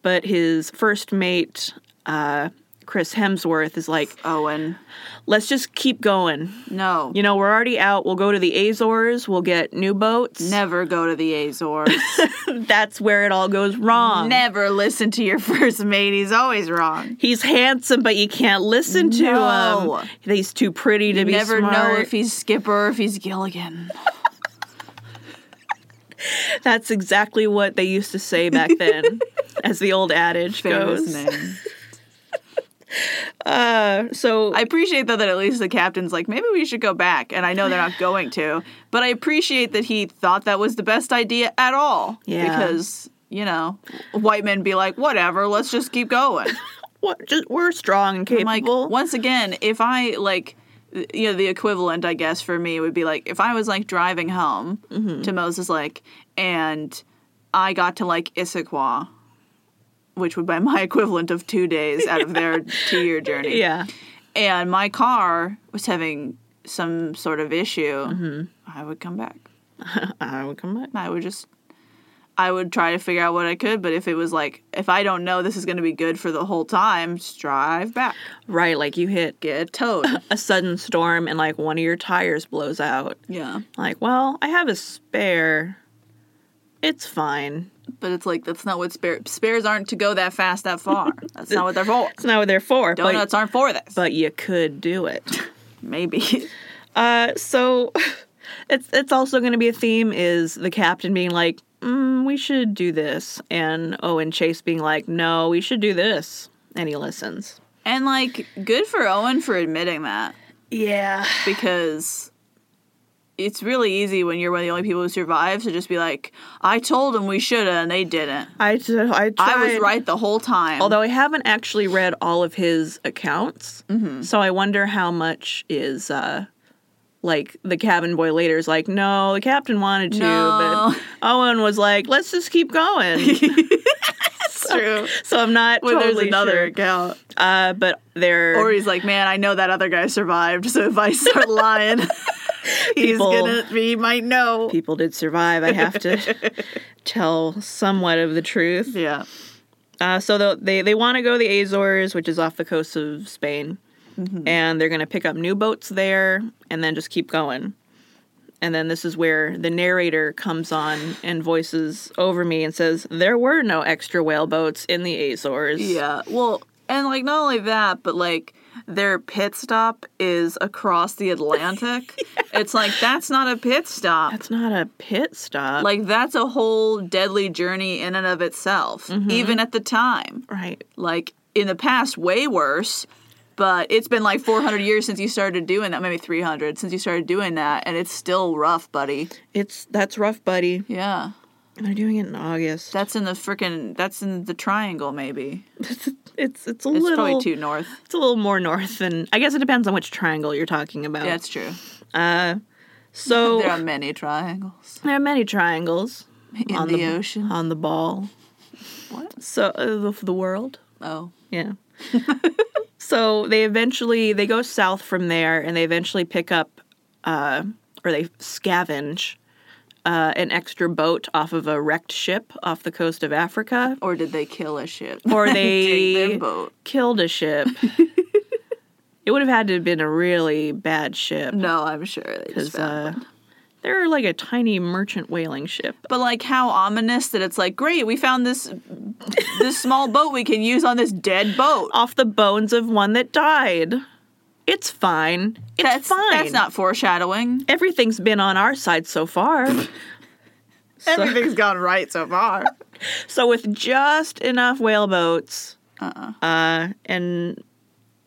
but his first mate, uh, Chris Hemsworth, is like, Owen. let's just keep going. No. You know, we're already out. We'll go to the Azores. We'll get new boats. Never go to the Azores. *laughs* That's where it all goes wrong. Never listen to your *laughs* first mate. He's always wrong. He's handsome, but you can't listen to No. him. He's too pretty to You be never smart. know if he's Skipper, if he's Gilligan. That's exactly what they used to say *laughs* back then, as the old adage Famous goes. name. Uh, so I appreciate though that at least the captain's like, maybe we should go back. And I know they're not going to, but I appreciate that he thought that was the best idea at all. Yeah. Because, you know, white men be like, whatever, let's just keep going. what, just, we're strong and I'm like, capable. once again, if I like, th- you know, the equivalent, I guess, for me would be like if I was like driving home Mm-hmm. to Moses Lake and I got to like Issaquah, which would be my *laughs* equivalent of two days out of *laughs* their two year journey. yeah, And my car was having some sort of issue, Mm-hmm. I would come back. Uh-uh, I would come back. I would just. I would try to figure out what I could, but if it was like, if I don't know this is going to be good for the whole time, just drive back, Right, like you hit get towed. *laughs* a sudden storm and like one of your tires blows out. Yeah. Like, well, I have a spare. It's fine. But it's like that's not what spare spares aren't to go that fast that far. That's not what they're *laughs* for. It's not what they're for. Donuts But, aren't for this. but you could do it. *laughs* Maybe. *laughs* Uh, so *laughs* it's it's also going to be a theme is the captain being like, mm, "We should do this," and Owen Chase being like, "No, we should do this," and he listens. And like good for Owen for admitting that Yeah, because it's really easy when you're one of the only people who survives to just be like, I told them we shoulda and they didn't. I t- I tried. I was right the whole time. *laughs* Although I haven't actually read all of his accounts, Mm-hmm. so I wonder how much is uh, like the cabin boy later is like, "No, the captain wanted to," No. but Owen was like, "Let's just keep *laughs* going." that's *laughs* true. so I'm not When totally there's another sure. account. Uh, but they're Or he's like, Man, I know that other guy survived, so if I *laughs* start lying *laughs* he's People- gonna he might know. people did survive. I *laughs* have to tell somewhat of the truth. Yeah. Uh, so tho- they they want to go to the Azores, which is off the coast of Spain, Mm-hmm. and they're going to pick up new boats there, and then just keep going. And then this is where the narrator comes on and voices over me and says, "There were no extra whale boats in the Azores." Yeah. Well, and like not only that, but like their pit stop is across the *laughs* Atlantic. It's like that's not a pit stop. that's not a pit stop, like that's a whole deadly journey in and of itself, Mm-hmm. even at the time. right? Like in the past, way worse. But it's been like 400 years since you started doing that, maybe 300 since you started doing that, and it's still rough, buddy. It's that's rough, buddy. Yeah. They're doing it in August. *laughs* That's in the freaking, that's in the triangle, maybe. it's it's a It's little probably too north. It's a little more north than I guess it depends on which triangle you're talking about. Uh, Yeah, it's true. *laughs* so There are many triangles there are many triangles in on the, ocean. on the ball. What? So uh, of the world. Oh. *laughs* Yeah. so they eventually they go south from there, and they eventually pick up, uh, or they scavenge. Uh, an extra boat off of a wrecked ship off the coast of Africa, Or did they kill a ship? *laughs* or Take they their boat. killed a *laughs* ship. it would have had to have been a really bad ship. No, I'm sure they just because found uh, one. they're like a tiny merchant whaling ship. But like how ominous that it's like, great, we found this this small boat we can use on this dead *laughs* boat. Off the bones of one that died. It's fine. It's that's fine. that's not foreshadowing. Everything's been on our side *laughs* so far. so, gone right so far. so with just enough whale boats, uh-uh. uh, and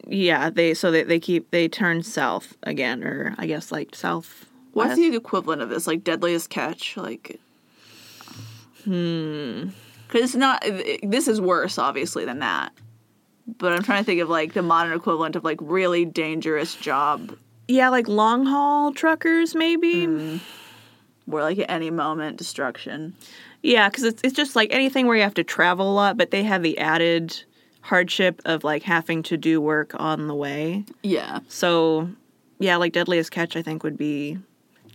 yeah, they so they, they keep they turn south again, or I guess like south. What's the equivalent of this? Like deadliest catch? Like, hmm, because it's not. This is worse, obviously, than that. But I'm trying to think of like the modern equivalent of like really dangerous job Yeah, like long haul truckers maybe. where like at any moment destruction. Yeah, because it's it's just like anything where you have to travel a lot, but they have the added hardship of like having to do work on the way. Yeah, So yeah, like Deadliest Catch, I think would be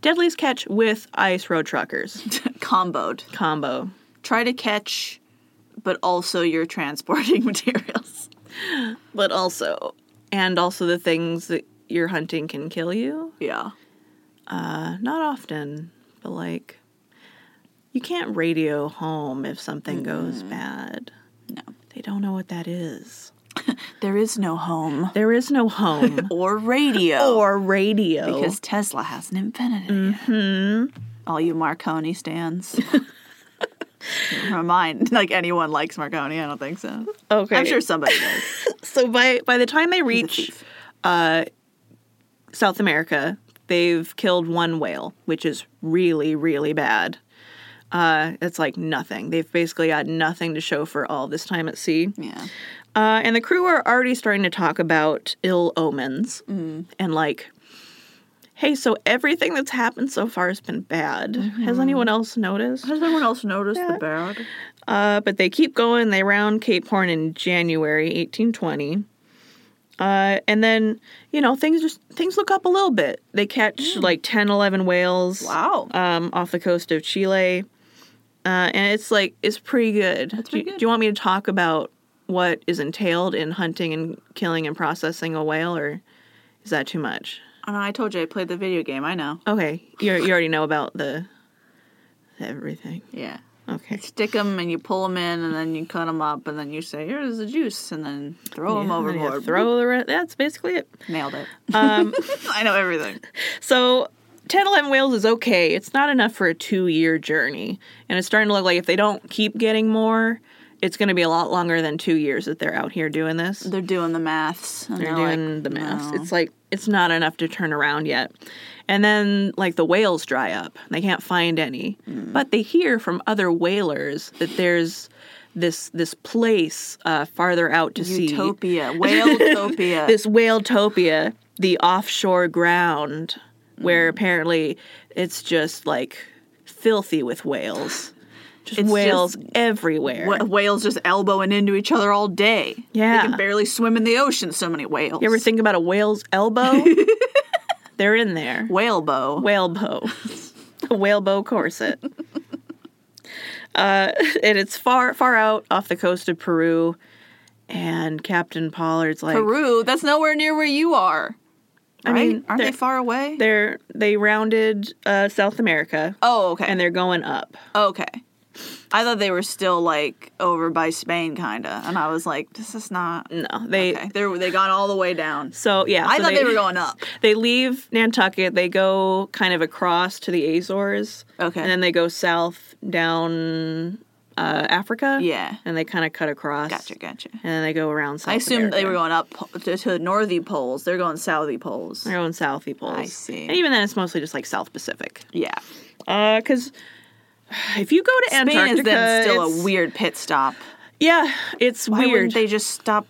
Deadliest Catch with Ice Road Truckers *laughs* comboed. combo. Try to catch, but also you're transporting *laughs* materials. But also, and also the things that you're hunting can kill you. Yeah. Uh, not often, but like you can't radio home if something goes bad. No. They don't know what that is. There is no home There is no *laughs* home or radio or radio. Oh. because Tesla hasn't invented it. yet. All you Marconi stands. *laughs* Never mind. *laughs* Like anyone likes Marconi, I don't think so. okay, I'm sure somebody *laughs* does. So by by the time they reach uh, South America, they've killed one whale, which is really, really bad. Uh, it's like nothing. They've basically got nothing to show for all this time at sea. Yeah. Uh, and the crew are already starting to talk about ill omens Mm. and like, hey, so everything that's happened so far has been bad. Mm-hmm. Has anyone else noticed? Has anyone else noticed the bad? Uh, but they keep going. They round Cape Horn in January 1820. Uh, and then, you know, things just things look up a little bit. They catch like 10, 11 whales Mm. Wow. um, off the coast of Chile. Uh, and it's like, it's pretty good. pretty do, good. do you want me to talk about what is entailed in hunting and killing and processing a whale, or is that too much? And I told you I played the video game. I know. Okay. you you already know about the everything. Yeah. Okay. Stick them and you pull them in, and then you cut them up, and then you say, "Here's the juice," and then throw Um, them Yeah, and you overboard. Throw the re- That's basically it. *laughs* Nailed it. *laughs* I know everything. So 10, 11 whales is okay. It's not enough for a two year journey. And it's starting to look like if they don't keep getting more, it's going to be a lot longer than two years that they're out here doing this. They're doing the maths. And they're They're like, doing the math. "No." It's like, it's not enough to turn around yet. And then, like, the whales dry up. They can't find any. Mm. But they hear from other whalers that there's. This this place uh, farther out to sea, Utopia, *laughs* whaletopia. this whaletopia, the offshore ground, where Mm. apparently it's just like filthy with whales. Just It's whales just- everywhere. Wh- whales just elbowing into each other all day. Yeah. they can barely swim in the ocean. So many whales. you ever think about a whale's *laughs* elbow? They're in there. whale bow? Whale bow. a whale *laughs* bow corset. Uh, and it's far, far out off the coast of Peru. And Captain Pollard's like, Peru. That's nowhere near where you are. I right? mean, aren't they they're- far away? they're they rounded uh, South America Oh, okay. and they're going up. okay. I thought they were still like over by Spain, kinda, and I was like, "This is not." No, they. Okay. They they got all the way down. So yeah, I so thought they, were going up. They leave Nantucket. They go kind of across to the Azores. Okay. and then they go south down uh, Africa. Yeah. and they kind of cut across. Gotcha, gotcha. And then they go around South. I assumed they America. were going up po- to, to northy poles. They're going southy poles. They're going southy poles. I see. And even then, it's mostly just like South Pacific. Yeah. Because if you go to Spain Antarctica, is then still it's- a weird pit stop. Yeah, it's Why weird. wouldn't they just stop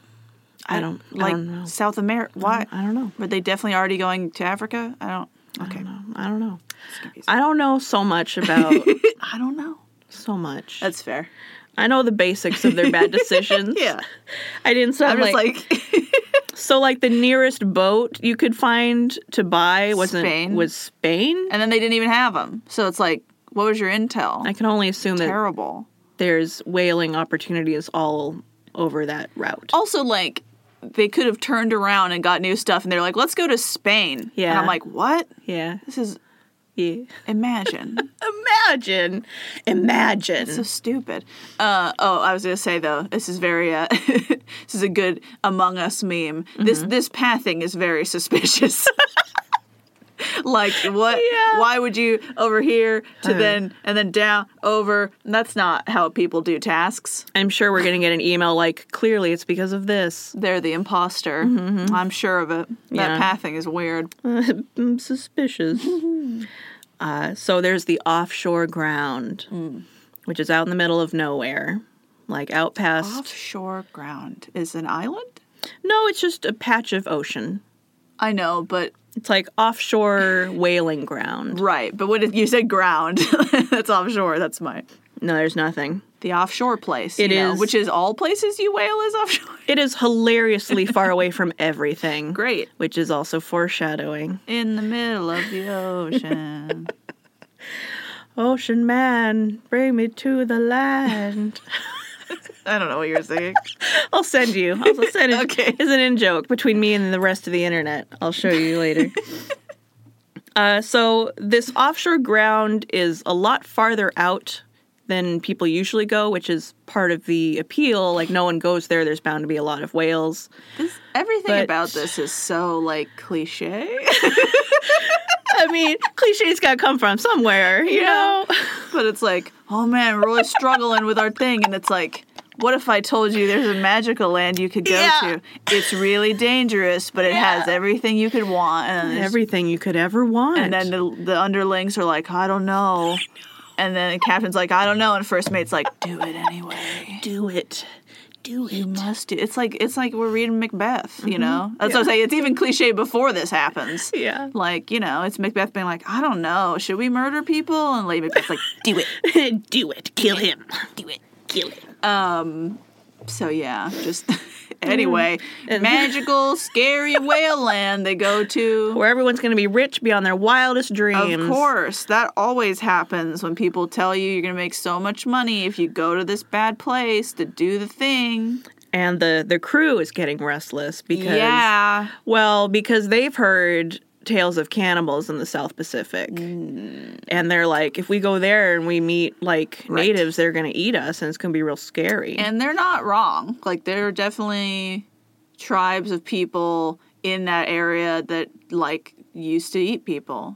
I don't like I don't know. South America? Why? I don't know. Were they definitely already going to Africa? I don't. Okay. I don't know. I don't know. It's confusing. I don't know so *laughs* much about I don't know. so much. That's fair. I know the basics of *laughs* their bad decisions. I didn't I'm sound like, just like, *laughs* so like the nearest boat you could find to buy wasn't Spain. was Spain. and then they didn't even have them. So it's like, what was your intel? I can only assume that Terrible. there's whaling opportunities all over that route. Also, like, they could have turned around and got new stuff, and they're like, let's go to Spain. And Yeah. I'm like, what? Yeah. This is yeah. imagine. *laughs* Imagine. Imagine. so stupid. Uh, oh, I was gonna say though, this is very uh, *laughs* this is a Mm-hmm. good Among Us meme. This this pathing is very suspicious. *laughs* like what? Yeah. Why would you over here to Huh. then and then down over? That's not how people do tasks. I'm sure we're going to get an email like, clearly it's because of this. They're the imposter. I'm sure of it. Mm-hmm, Yeah. That pathing is weird. I'm *laughs* Mm, suspicious. uh, so there's the offshore ground, Mm. which is out in the middle of nowhere, like out past. Offshore ground is an island. No, it's just a patch of ocean. I know, but It's like offshore whaling ground. right. But what if you said ground? *laughs* that's offshore. That's my No, there's nothing. the offshore place. It you know, is- which is all places you whale is offshore. *laughs* It is hilariously far away from everything. Great. Which is also foreshadowing. In the middle of the ocean. Ocean man, bring me to the land. *laughs* I don't know what you're saying. I'll send you. I'll send it. Okay. It's an in joke between me and the rest of the internet. I'll show you later. uh, so this offshore ground is a lot farther out than people usually go, which is part of the appeal. Like no one goes there. There's bound to be a lot of whales. This, everything But- about this is so like cliche, *laughs* I mean, *laughs* cliches got to come from somewhere, you Yeah. know. but it's like, oh man, we're really struggling with our thing, and it's like, what if I told you there's a magical land you could go Yeah. to? It's really dangerous, but it has everything you could want, and, it's- Everything you could ever want. and then the, the underlings are like, I don't know. And then the captain's like, I don't know, and first mate's like, do it anyway. do it. Do it. You must do. It's like it's like we're reading Macbeth, you know. That's what I'm saying. It's even cliche before this happens. Yeah. like you know, it's Macbeth being like, I don't know, should we murder people? And Lady Macbeth's like, do it. *laughs* do it. Kill him. Do it. Kill him. So yeah, just *laughs* anyway, magical, scary whale land they go to. Where everyone's going to be rich beyond their wildest dreams. Of course, that always happens when people tell you you're gonna make so much money if you go to this bad place to do the thing. And the the crew is getting restless because yeah, well, because they've heard tales of cannibals in the South Pacific. Mm. And they're like if we go there and we meet like natives, they're going to eat us and it's going to be real scary. and they're not wrong. Like there are definitely tribes of people in that area that like used to eat people.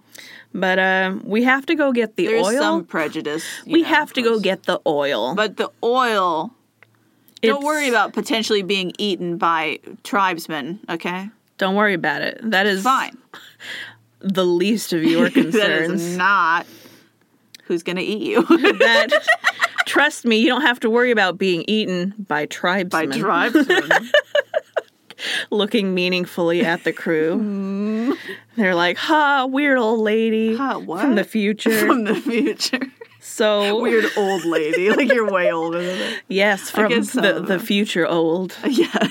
but um we have to go get the There's oil. some prejudice. you we know, have to of go course. get the oil. But the oil. Don't It's- worry about potentially being eaten by tribesmen. Okay, Don't worry about it. That is fine. the *laughs* least of your that *laughs* concerns. is not who's going to eat you *laughs* that *laughs* trust me, you don't have to worry about being eaten by by tribesmen *laughs* tribesmen. looking meaningfully at the crew. They're like, "Ha, weird old lady Ha, what?" from the future." from the future. *laughs* so Weird old lady. Like you're way older than that. yes, from guess uh, so. the, the future old. *laughs* Yeah,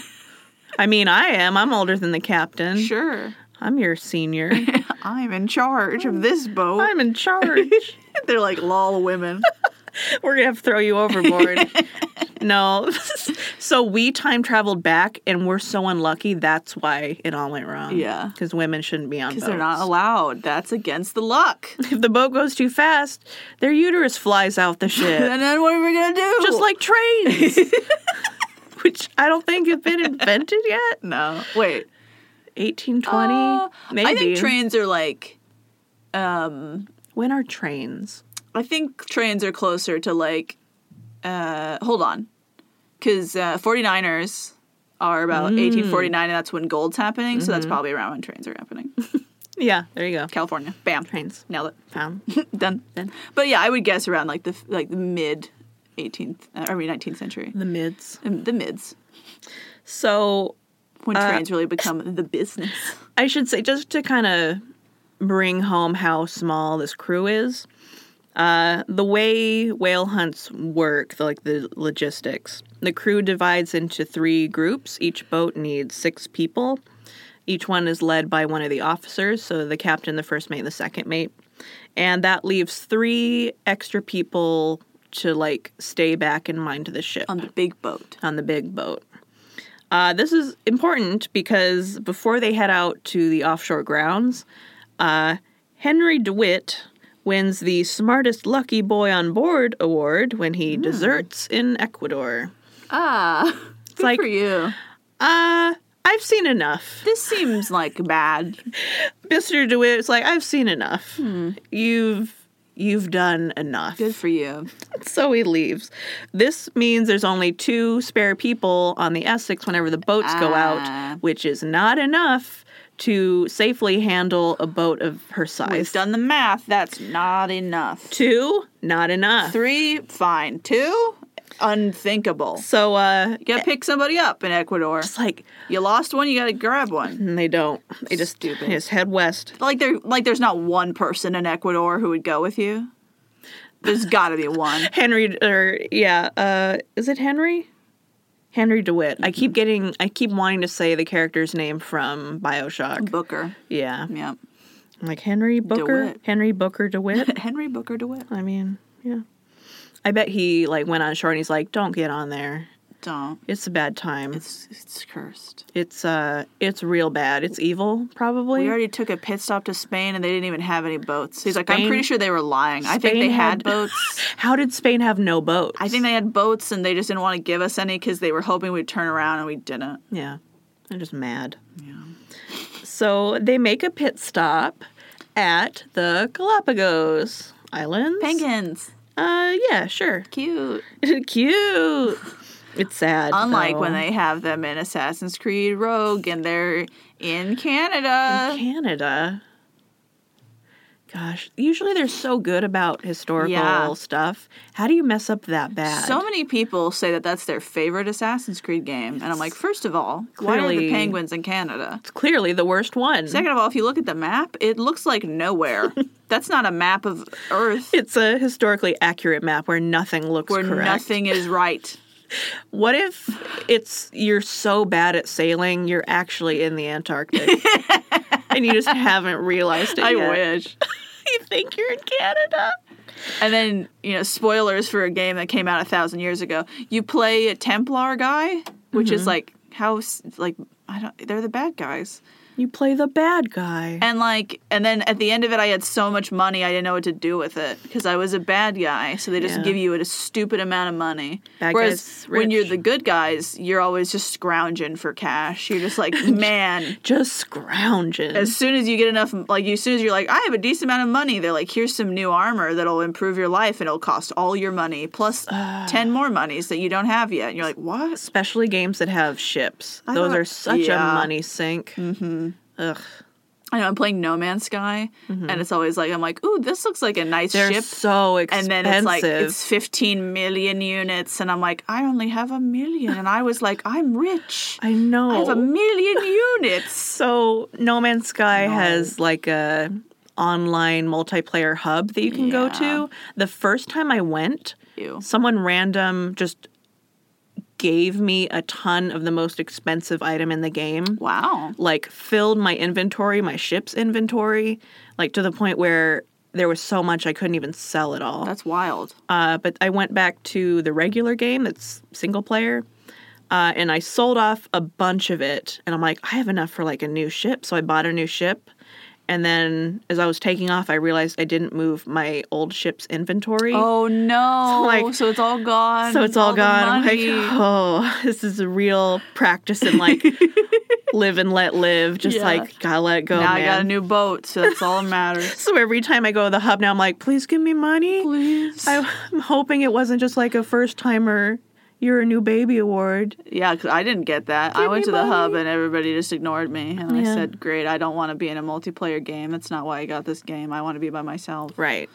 I mean, I am. I'm older than the captain. sure. I'm your senior. *laughs* I'm in charge of this boat. I'm in charge. *laughs* They're like lol *laughs* women. We're gonna have to throw you *laughs* overboard. no. *laughs* so we time traveled back, and we're so unlucky. That's why it all went wrong. Yeah. because women shouldn't be on. Because They're not allowed. That's against the *laughs* luck. if the boat goes too fast, their uterus flies *laughs* out the ship, And then what are we gonna do? just like *laughs* trains. Which I don't think have been invented yet. no. Wait. 1820, Uh, maybe. I think trains are like. when are trains? I think trains are closer to like. Uh, hold on, because uh, 49ers are about 1849, and that's when gold's happening. So that's probably around when trains are *laughs* happening. Yeah, there you go. California, bam, Trains nailed found. it, done. Done. But yeah, I would guess around like the f- like the mid 18th, uh, I mean 19th century, *laughs* the mids. Um, the mids So when trains *laughs* really become the business. I should say, just to kind of bring home how small this crew is, uh, the way whale hunts work, the, like the logistics, the crew divides into three groups. Each boat needs six people. Each one is led by one of the officers, so the captain, the first mate, the second mate. And that leaves three extra people to like stay back and mind the ship on the big boat. on the big boat. Uh, this is important because before they head out to the offshore grounds, uh, Henry DeWitt wins the Smartest Lucky Boy on Board award when he deserts in Ecuador. Ah, good like- for you. Uh, I've seen enough. This seems like bad. Mr. DeWitt is like, I've seen enough. You've you've done enough. Good for you. *laughs* So he leaves. This means there's only two spare people on the Essex whenever the boats go Ah. out, which is not enough to safely handle a boat of her We've size. done the math. That's not enough. Two, not enough. Three, fine. Two, unthinkable. So uh You gotta pick somebody up in Ecuador. it's like Mm-hmm. You lost one, you gotta grab one. and they don't. They just Stupid. they just head west. Like there, like there's not one person in Ecuador who would go with you. There's gotta be *laughs* one. Henry or yeah, uh is it Henry? Henry DeWitt. I Mm-hmm. keep getting I keep wanting to say the character's name from Mm-hmm. BioShock. Booker. Yeah. Yeah. Like Henry Booker, DeWitt. Henry Booker DeWitt. Henry Booker DeWitt. I mean, yeah. I bet he like went on shore and he's like, "Don't get on there. Don't. It's a bad time. It's It's it's cursed. uh, it's real bad. It's evil, probably. We already took a pit stop to Spain and they didn't even have any boats. He's like, I'm Spain- pretty sure they were lying. I think Spain they had had- boats. How did Spain have no boats? I think they had boats and they just didn't want to give us any because they were hoping we'd turn around and we didn't. yeah, they're just mad. Yeah. So they make a pit stop at the Galapagos Islands. Penguins. Uh, yeah, sure. *laughs* Cute. Cute. It's sad. Unlike when though. they have them in Assassin's Creed Rogue and they're in Canada. Canada. Gosh, usually they're so good about historical Yeah. stuff. How do you mess up that bad? So many people say that that's their favorite Assassin's Creed game. And I'm like, first of all, why are the Clearly- penguins in Canada? it's clearly the worst one. Second of all, if you look at the map, it looks like *laughs* nowhere. that's not a map of Earth it's a historically accurate map where nothing looks where correct. nothing is *laughs* right. What if it's you're so bad at sailing, you're actually in the *laughs* Antarctic, and you just haven't realized it I yet? wish. You think you're in Canada? And then, you know, spoilers for a game that came out a thousand years ago. You play a Templar guy, which Mm-hmm. is like how, s- like, I don't, they're the bad guys. You play the bad guy. And like, and then at the end of it, I had so much money, I didn't know what to do with it because I was a bad guy. So they just Yeah. give you a stupid amount of money. Bad Whereas guy's when you're rich. the good guys, you're always just scrounging for cash. You're *laughs* just like, man. just scrounging. As soon as you get enough, like as soon as you're like, I have a decent amount of money, they're like, here's some new armor that'll improve your life and it'll cost all your money plus ten more monies that you don't have yet. And you're like, what? especially games that have ships. I Those thought- are such yeah. a money sink. Mm-hmm. Ugh, I know I'm playing No Man's Sky, and it's always like I'm like, ooh, this looks like a nice Mm-hmm. they're ship. so and expensive. then it's like it's 15 million units and i'm like i only have a million and i was like i'm rich *laughs* I know. i have a *laughs* million units so No Man's Sky has like a online multiplayer hub that you can go Yeah. to. The first time I went, Ew. someone random just gave me a ton of the most expensive item in the game. wow like filled my inventory, my ship's inventory, like to the point where there was so much I couldn't even sell it all. that's wild Uh, but I went back to the regular game that's single player, uh, and I sold off a bunch of it. And I'm like, I have enough for like a new ship, so I bought a new ship. And then as I was taking off, I realized I didn't move my old ship's inventory. oh no so, So, *laughs* like- it's all gone So it's all, the gone. *laughs* I'm like, money. oh, this is a real practice in like *laughs* live and let live. Just Yeah. like gotta let go. now man. i got a new boat so that's *laughs* all that matters So every time I go to the hub now, I'm like, please give me money. please *laughs* I- I'm hoping it wasn't just like a first timer, you're a new baby award. yeah because i didn't get that i went to me the hub money. and everybody just ignored me and i Yeah. said great i don't want to be in a multiplayer game that's not why i got this game i want to be by myself Right.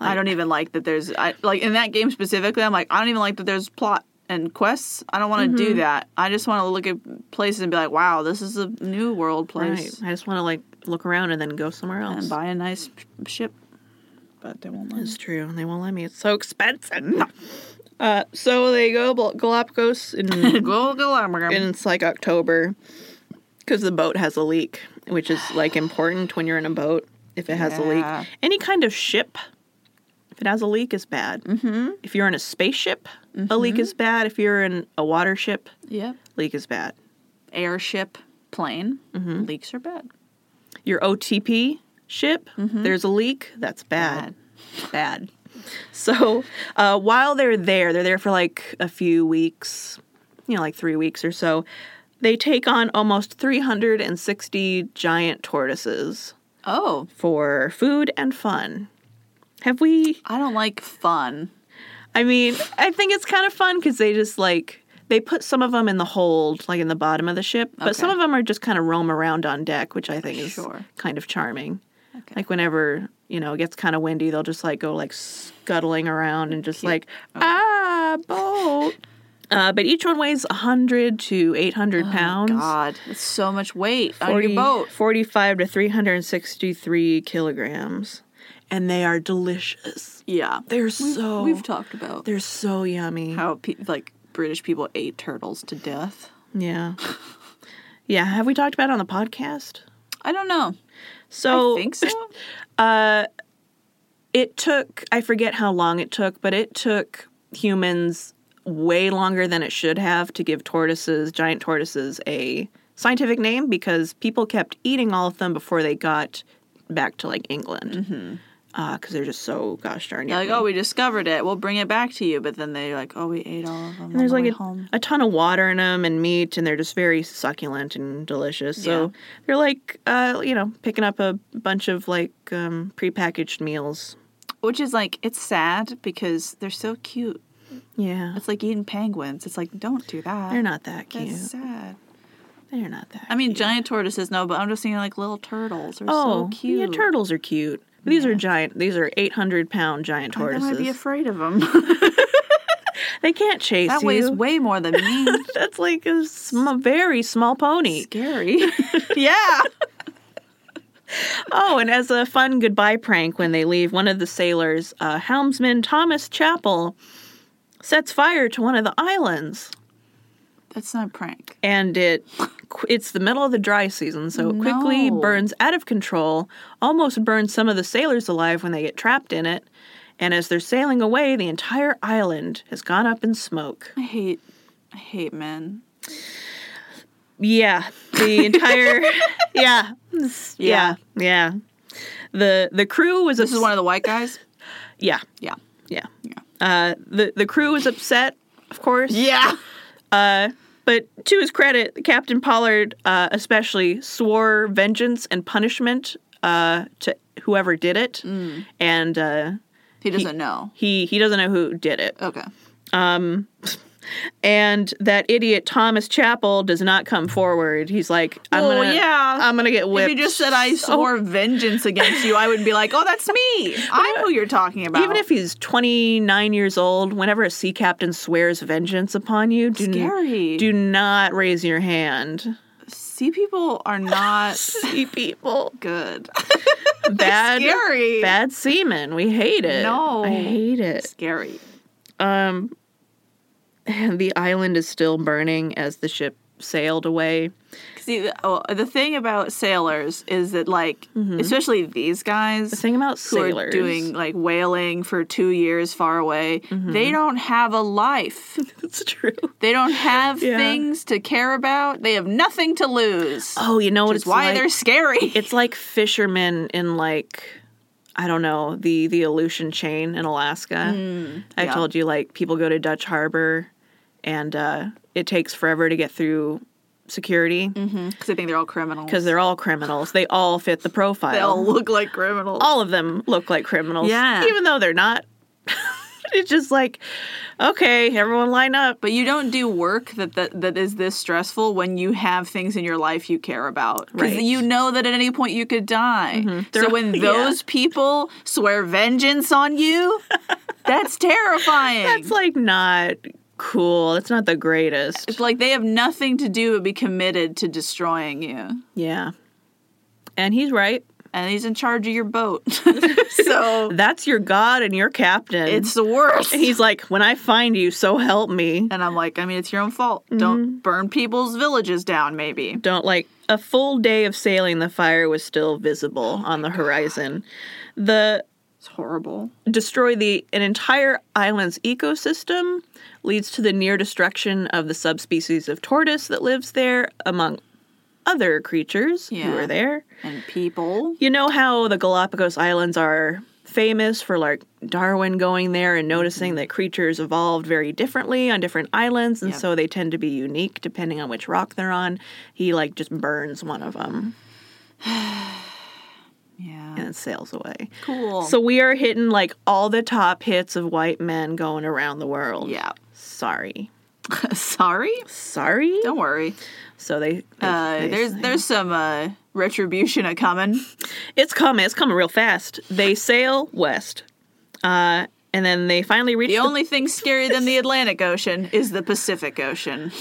I don't even like that there's I like in that game specifically. I'm like I don't even like that there's plot and quests. I don't want to do that. I just want to look at places and be like, wow, this is a new world Right. place, I just want to like look around and then go somewhere else. and buy a nice p- ship. But they won't let. It's true. And they won't let me. It's so expensive. *laughs* Uh, so they go Bal- Galapagos in, Go go and it's like October because the boat has a leak, which is like important when you're in a boat if it has a Yeah. leak. Any kind of ship, if it has a leak, is bad. Mm-hmm. If you're in a spaceship, a leak is bad. If you're in a water ship, Yep. leak is bad. Airship, plane, Mm-hmm. leaks are bad. Your OTP ship, there's a leak, that's bad. Bad. So uh, while they're there, they're there for like a few weeks, you know, like three weeks or so. They take on almost 360 giant tortoises Oh, for food and fun. Have we? I don't like fun. I mean, I think it's kind of fun because they just like they put some of them in the hold, like in the bottom of the ship, but some Okay. of them are just kind of roam around on deck, which I think is Sure. kind of charming. Okay. Like whenever you know it gets kind of windy, they'll just like go like scuttling around and just like ah boat. Uh, but each one weighs 100 to 800 pounds. Oh, God, it's so much weight on 40 your boat. 45 to 363 kilograms. And they are delicious. Yeah, They're so we've talked about they're so yummy. how pe- like British people ate turtles to death. yeah. Yeah, have we talked about it on the podcast? I don't know. So I think so. it took I forget how long it took, but it took humans way longer than it should have to give tortoises, giant tortoises a scientific name because people kept eating all of them before they got back to like England. Mm-hmm. Because they're just so gosh *laughs* darn They're yummy. like, oh, we discovered it. We'll bring it back to you. But then they're like, oh, we ate all of them. And there's like way a, home. a ton of water in them and meat, and they're just very succulent and delicious. So Yeah. they're like, uh, you know, picking up a bunch of like um, prepackaged meals. Which is like, it's sad because they're so cute. Yeah, It's like eating penguins. It's like, don't do that. they're not that That's cute. sad. They're not that. I mean, giant tortoises, no, but I'm just thinking like little turtles are oh, so cute. yeah, turtles are cute. But these are giant. These are 800 pound giant I tortoises. would Oh, be afraid of *laughs* them. they can't chase that you. weighs way more than me. That's like a sm- very small pony. *laughs* Scary. *laughs* yeah. Oh, and as a fun goodbye prank when they leave, one of the sailors, uh, helmsman Thomas Chapel, sets fire to one of the islands, That's not a prank. and it qu- it's the middle of the dry season, so it quickly No. burns out of control, almost burns some of the sailors alive when they get trapped in it. And as they're sailing away, the entire island has gone up in smoke. I hate, I hate men. Yeah, *laughs* the entire yeah, yeah, yeah, The the crew was This is one of the white guys? yeah. Yeah. Yeah. Yeah. Uh, the the crew was upset, of *laughs* course. Yeah. But to his credit, Captain Pollard uh, especially swore vengeance and punishment uh, to whoever did it, Mm. and uh, He doesn't know. he he doesn't know who did it. Okay. And that idiot Thomas Chapel does not come forward. He's like, I'm Well, gonna, yeah. I'm gonna get If whipped. Oh, you just said I swore vengeance against you, I would be like, oh, that's *laughs* me. I'm who you're talking about. Even if he's 29 years old, whenever a sea captain swears vengeance upon you, do, Scary. do not raise your *laughs* hand. sea people are *laughs* not Sea people. *laughs* good. bad, scary. bad semen. We hate it. No. I hate it. *laughs* Scary. And the island is still burning as the ship *laughs* sailed away. See, the- oh, the thing about sailors is that, like, especially these guys, The thing about who are sailors doing like whaling for two years far away, they don't have a *laughs* life. That's true. They don't have Yeah. things to care about. They have nothing to lose. Oh, you know what That's it's why like? they're scary. *laughs* *laughs* It's like fishermen in like I don't know the the Aleutian chain in Alaska. I Hmm. yeah. told you like people go to Dutch Harbor, and uh, it takes forever to get through security because Because I think they're all criminals. they're all criminals. They all fit the profile. they all look like criminals. all of them look like criminals. Yeah. Even though they're not. *laughs* it's just like, okay, everyone line up. But you don't do work that, that that is this stressful when you have things in your life you care about. Because Right. Mm-hmm. you know that at any point you could die. They're- So when *laughs* yeah. those people swear vengeance on *laughs* you, that's terrifying. That's like not cool. That's not the greatest. It's like they have nothing to do but be committed to destroying you. Yeah. And he's right. And he's in charge of your boat. *laughs* *laughs* so That's your god and your captain. it's the worst. and he's like, when I find you, so help me. And I'm like, I mean, it's your own fault. Mm-hmm. Don't burn people's villages down, maybe. Don't like a full day of sailing. The fire was still visible on the horizon. The It's horrible. destroy the an entire island's ecosystem leads to the near destruction of the subspecies of tortoise that lives there among other creatures who Yeah. are there And people. you know how the galapagos islands are famous for like Darwin going there and Mm-hmm. noticing that creatures evolved very differently on different islands, and Yep. so they tend to be unique depending on which rock they're on. He like just burns one of them Yeah. and it sails away. Cool. So we are hitting like all the top hits of white men going around the world. yeah. *laughs* Sorry. Sorry. Sorry. Don't worry. So they. they- Uh, they- there's there's some uh, retribution a coming. It's coming. It's coming real fast. They sail west, uh, and then they finally reach The the, only thing scarier than the Atlantic Ocean is the Pacific Ocean.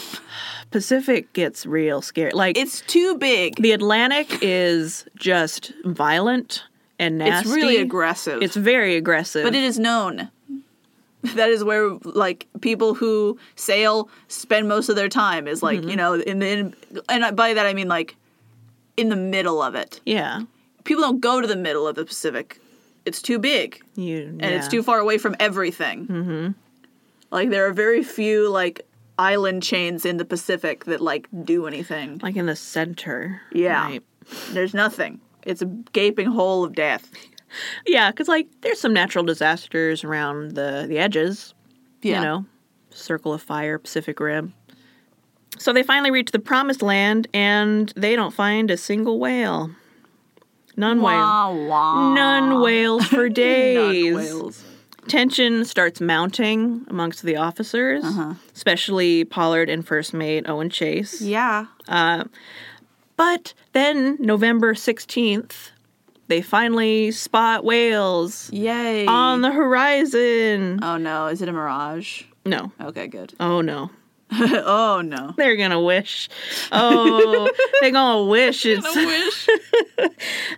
Pacific. Gets real scary. Like It's too big. the Atlantic is just violent and It's nasty. really aggressive. It's very aggressive. but it is known. *laughs* That is where like people who sail spend most of their time is like Mm-hmm. you know in the in, and by that I mean like in the middle of it. yeah. People don't go to the middle of the Pacific. It's too big. You and it's too far away from everything. Mm-hmm. Like there are very few like island chains in the Pacific that like do anything. like in the center. Yeah. Right? There's nothing. It's a gaping hole of death. Yeah, because like there's some natural disasters around the the edges. You know, Circle of Fire, Pacific Rim. So they finally reach the promised land, and they don't find a single whale. None whale. Wah, wah. *laughs* None whales for days. whales. Tension starts mounting amongst the officers, especially Pollard and first mate Owen Chase. Uh-huh. Yeah. But then November 16th, they finally spot whales Yay. on the horizon. oh no, is it a mirage? No. Okay, good. *laughs* Oh no. oh no. They're gonna wish. *laughs* Oh, they're gonna wish it's wish.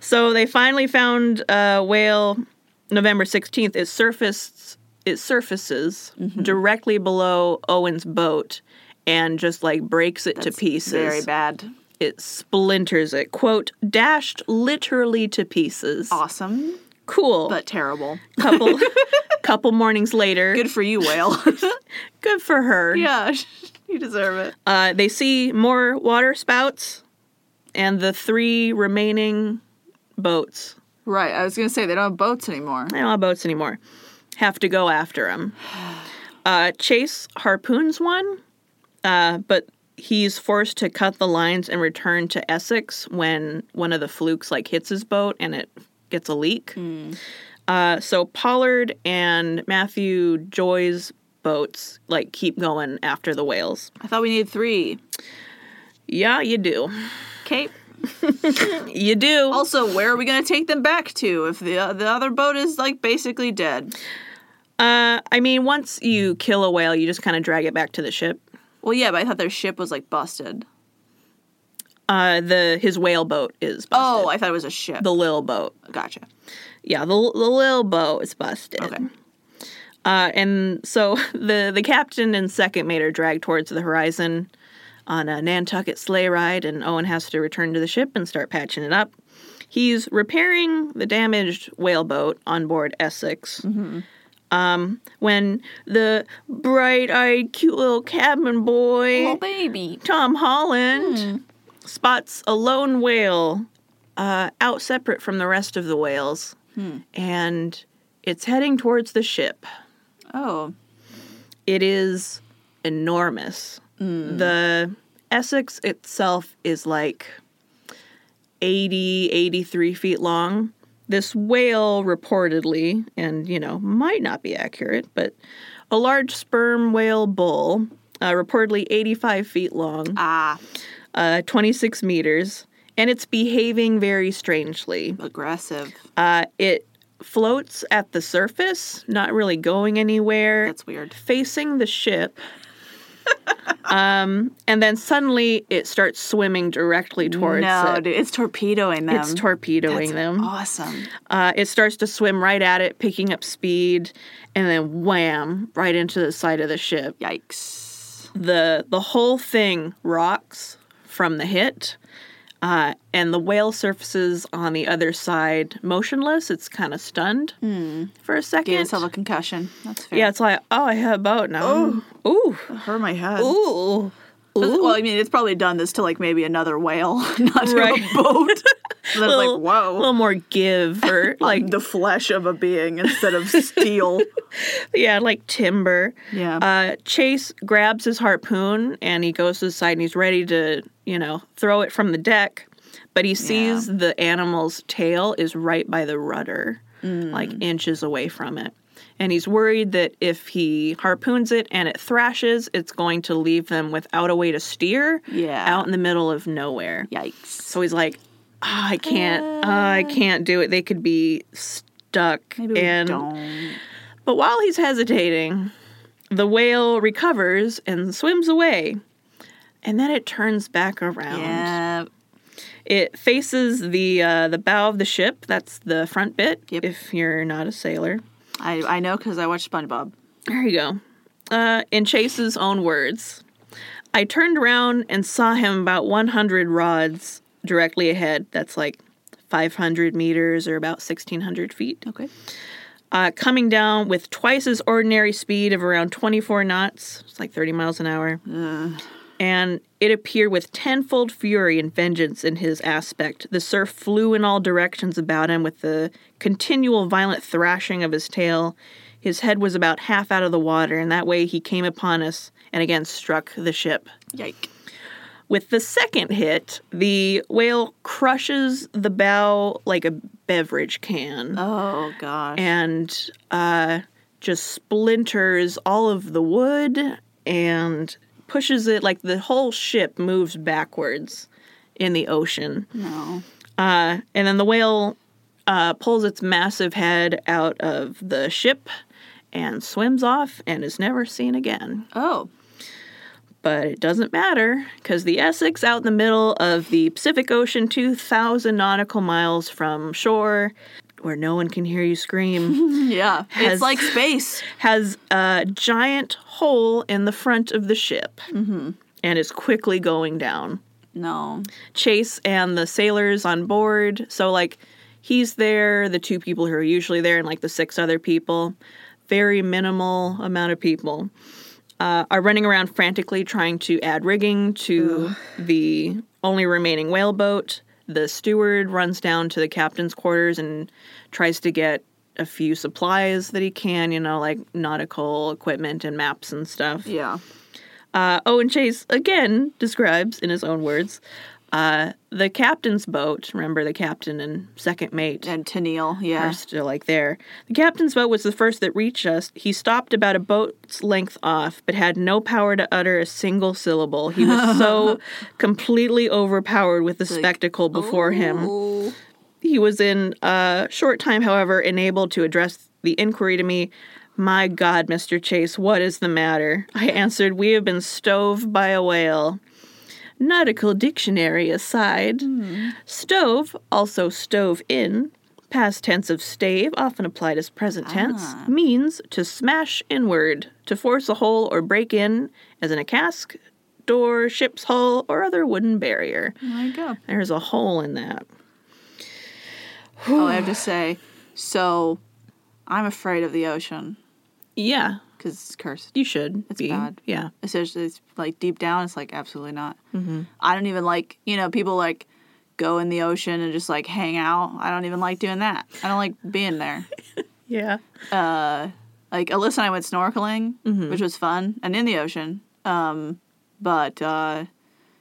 So they finally found a whale November 16th. It surfaced it surfaces Mm-hmm. directly below Owen's boat and just like breaks it to pieces. Very bad. It splinters it. Quote, dashed literally to pieces. Awesome, Cool. but terrible. *laughs* *laughs* couple couple mornings later. Good for you, *laughs* whale. *laughs* good for her. yeah, *laughs* you deserve it. Uh, they see more water spouts and the three remaining boats Right. I was gonna say they don't have boats anymore. I don't have boats anymore. Have to go after him. *sighs* Uh, Chase harpoons one, uh, but he's forced to cut the lines and return to Essex when one of the flukes like hits his boat and it gets a leak. Uh, so Pollard and Matthew Joy's boats like keep going after the whales. I thought we needed three. Yeah, you do. Okay. You do. Also, where are we going to take them back to if the uh, the other boat is like basically dead? Uh, I mean, once you kill a whale, you just kind of drag it back to the ship. Well, yeah, but I thought their ship was like busted. Uh, the his whale boat is busted. Oh, I thought it was a ship. the lil boat. gotcha. Yeah, the the lil boat is busted. Okay. Uh, and so *laughs* the the captain and second mate are dragged towards the horizon on a Nantucket sleigh ride, and Owen has to return to the ship and start patching it up. He's repairing the damaged whale boat on board Essex. Um, when the bright-eyed, cute little cabin boy, Eh. baby. Tom Holland spots a lone whale uh, out separate from the rest of the whales, and it's heading towards the ship. Oh, It is enormous. The Essex itself is like 80, 83 feet long. This whale reportedly, and you know, might not be accurate, but a large sperm whale bull, uh, reportedly 85 feet long ah, uh, 26 meters, and it's behaving very strangely. aggressive. Uh, it floats at the surface, not really going anywhere, That's weird. facing the ship. *laughs* um, and then suddenly it starts swimming directly towards no, it. dude, it's torpedoing them. It's torpedoing That's them. Awesome. Uh, it starts to swim right at it, picking up speed, and then wham, right into the side of the ship. Yikes. the the whole thing rocks from the hit uh, and the whale surfaces on the other side motionless it's kind of stunned for a second Gave Hmm. yourself a concussion. That's fair. yeah it's like oh i have a boat now ooh hurt my head. ooh ooh Well, I mean, it's probably done this to like maybe another whale, *laughs* not to *laughs* Right. a boat. That's like, a whoa. little more give *laughs* or like the flesh of a being instead of steel. yeah, like timber. *laughs* Yeah. Uh, Chase grabs his harpoon and he goes to the side and he's ready to, you know, throw it from the deck, but he sees the animal's tail is right by the rudder, Mm. like inches away from it. And he's worried that if he harpoons it and it thrashes, it's going to leave them without a way to steer Yeah. out in the middle of nowhere. Yikes. So he's like, "Ah, I can't, ah, I can't do it. They could be stuck. Uh. Maybe we and don't. but while he's hesitating, the whale recovers and swims away. And then it turns back around. Yeah. It faces the uh, the bow of the ship. That's the front bit. Yep. If you're not a sailor, I, I know because I watched SpongeBob. there you go. Uh, in Chase's own words, I turned around and saw him about 100 rods directly ahead. That's like 500 meters or about 1,600 feet. Okay. uh, coming down with twice his ordinary speed of around 24 knots, it's like 30 miles an hour. And it appeared with tenfold fury and vengeance in his aspect. The surf flew in all directions about him with the continual violent thrashing of his tail. His head was about half out of the water, and that way he came upon us and again struck the ship. Yike. With the second hit, the whale crushes the bow like a beverage can Oh, gosh. and uh, just splinters all of the wood and pushes it like the whole ship moves backwards in the ocean. no. Uh, and then the whale uh, pulls its massive head out of the ship and swims off and is never seen again. Oh. But it doesn't matter because the Essex out in the middle of the Pacific Ocean, 2,000 nautical miles from shore, where no one can hear you scream. Yeah. Has- It's like space. has a giant hole in the front of the ship and is quickly going down. No. Chase and the sailors on board. So, like, he's there, the two people who are usually there, and like the six other people, very minimal amount of people, uh, are running around frantically trying to add rigging to the only remaining whaleboat. The steward runs down to the captain's quarters and tries to get a few supplies that he can, you know, like nautical equipment and maps and stuff. Yeah. Uh, Owen Chase again describes, in his own words, uh, the captain's boat. Remember, the captain and second mate And Tennille. Yeah. are still like there. The captain's boat was the first that reached us. He stopped about a boat's length off, but had no power to utter a single syllable. He *laughs* was so completely overpowered with the spectacle before him. Ooh. He was in a short time, however, enabled to address the inquiry to me. My God, Mr. Chase, what is the matter? I answered, We have been stove by a whale. Nautical dictionary aside, stove, also stove in, past tense of stave, often applied as present tense, means to smash inward, to force a hole or break in, as in a cask, door, ship's hull, or other wooden barrier. There you go. There's a hole in that. Oh, I have to say, so I'm afraid of the ocean Yeah, because it's cursed. You should. It's be. bad. Yeah. Especially it's like deep down, it's like absolutely not. Mm-hmm. I don't even like you know people like go in the ocean and just like hang out. I don't even like doing that. I don't like being *laughs* there. Yeah. Like Alyssa and I went snorkeling, Mm-hmm. which was fun, and in the ocean. Um, but uh,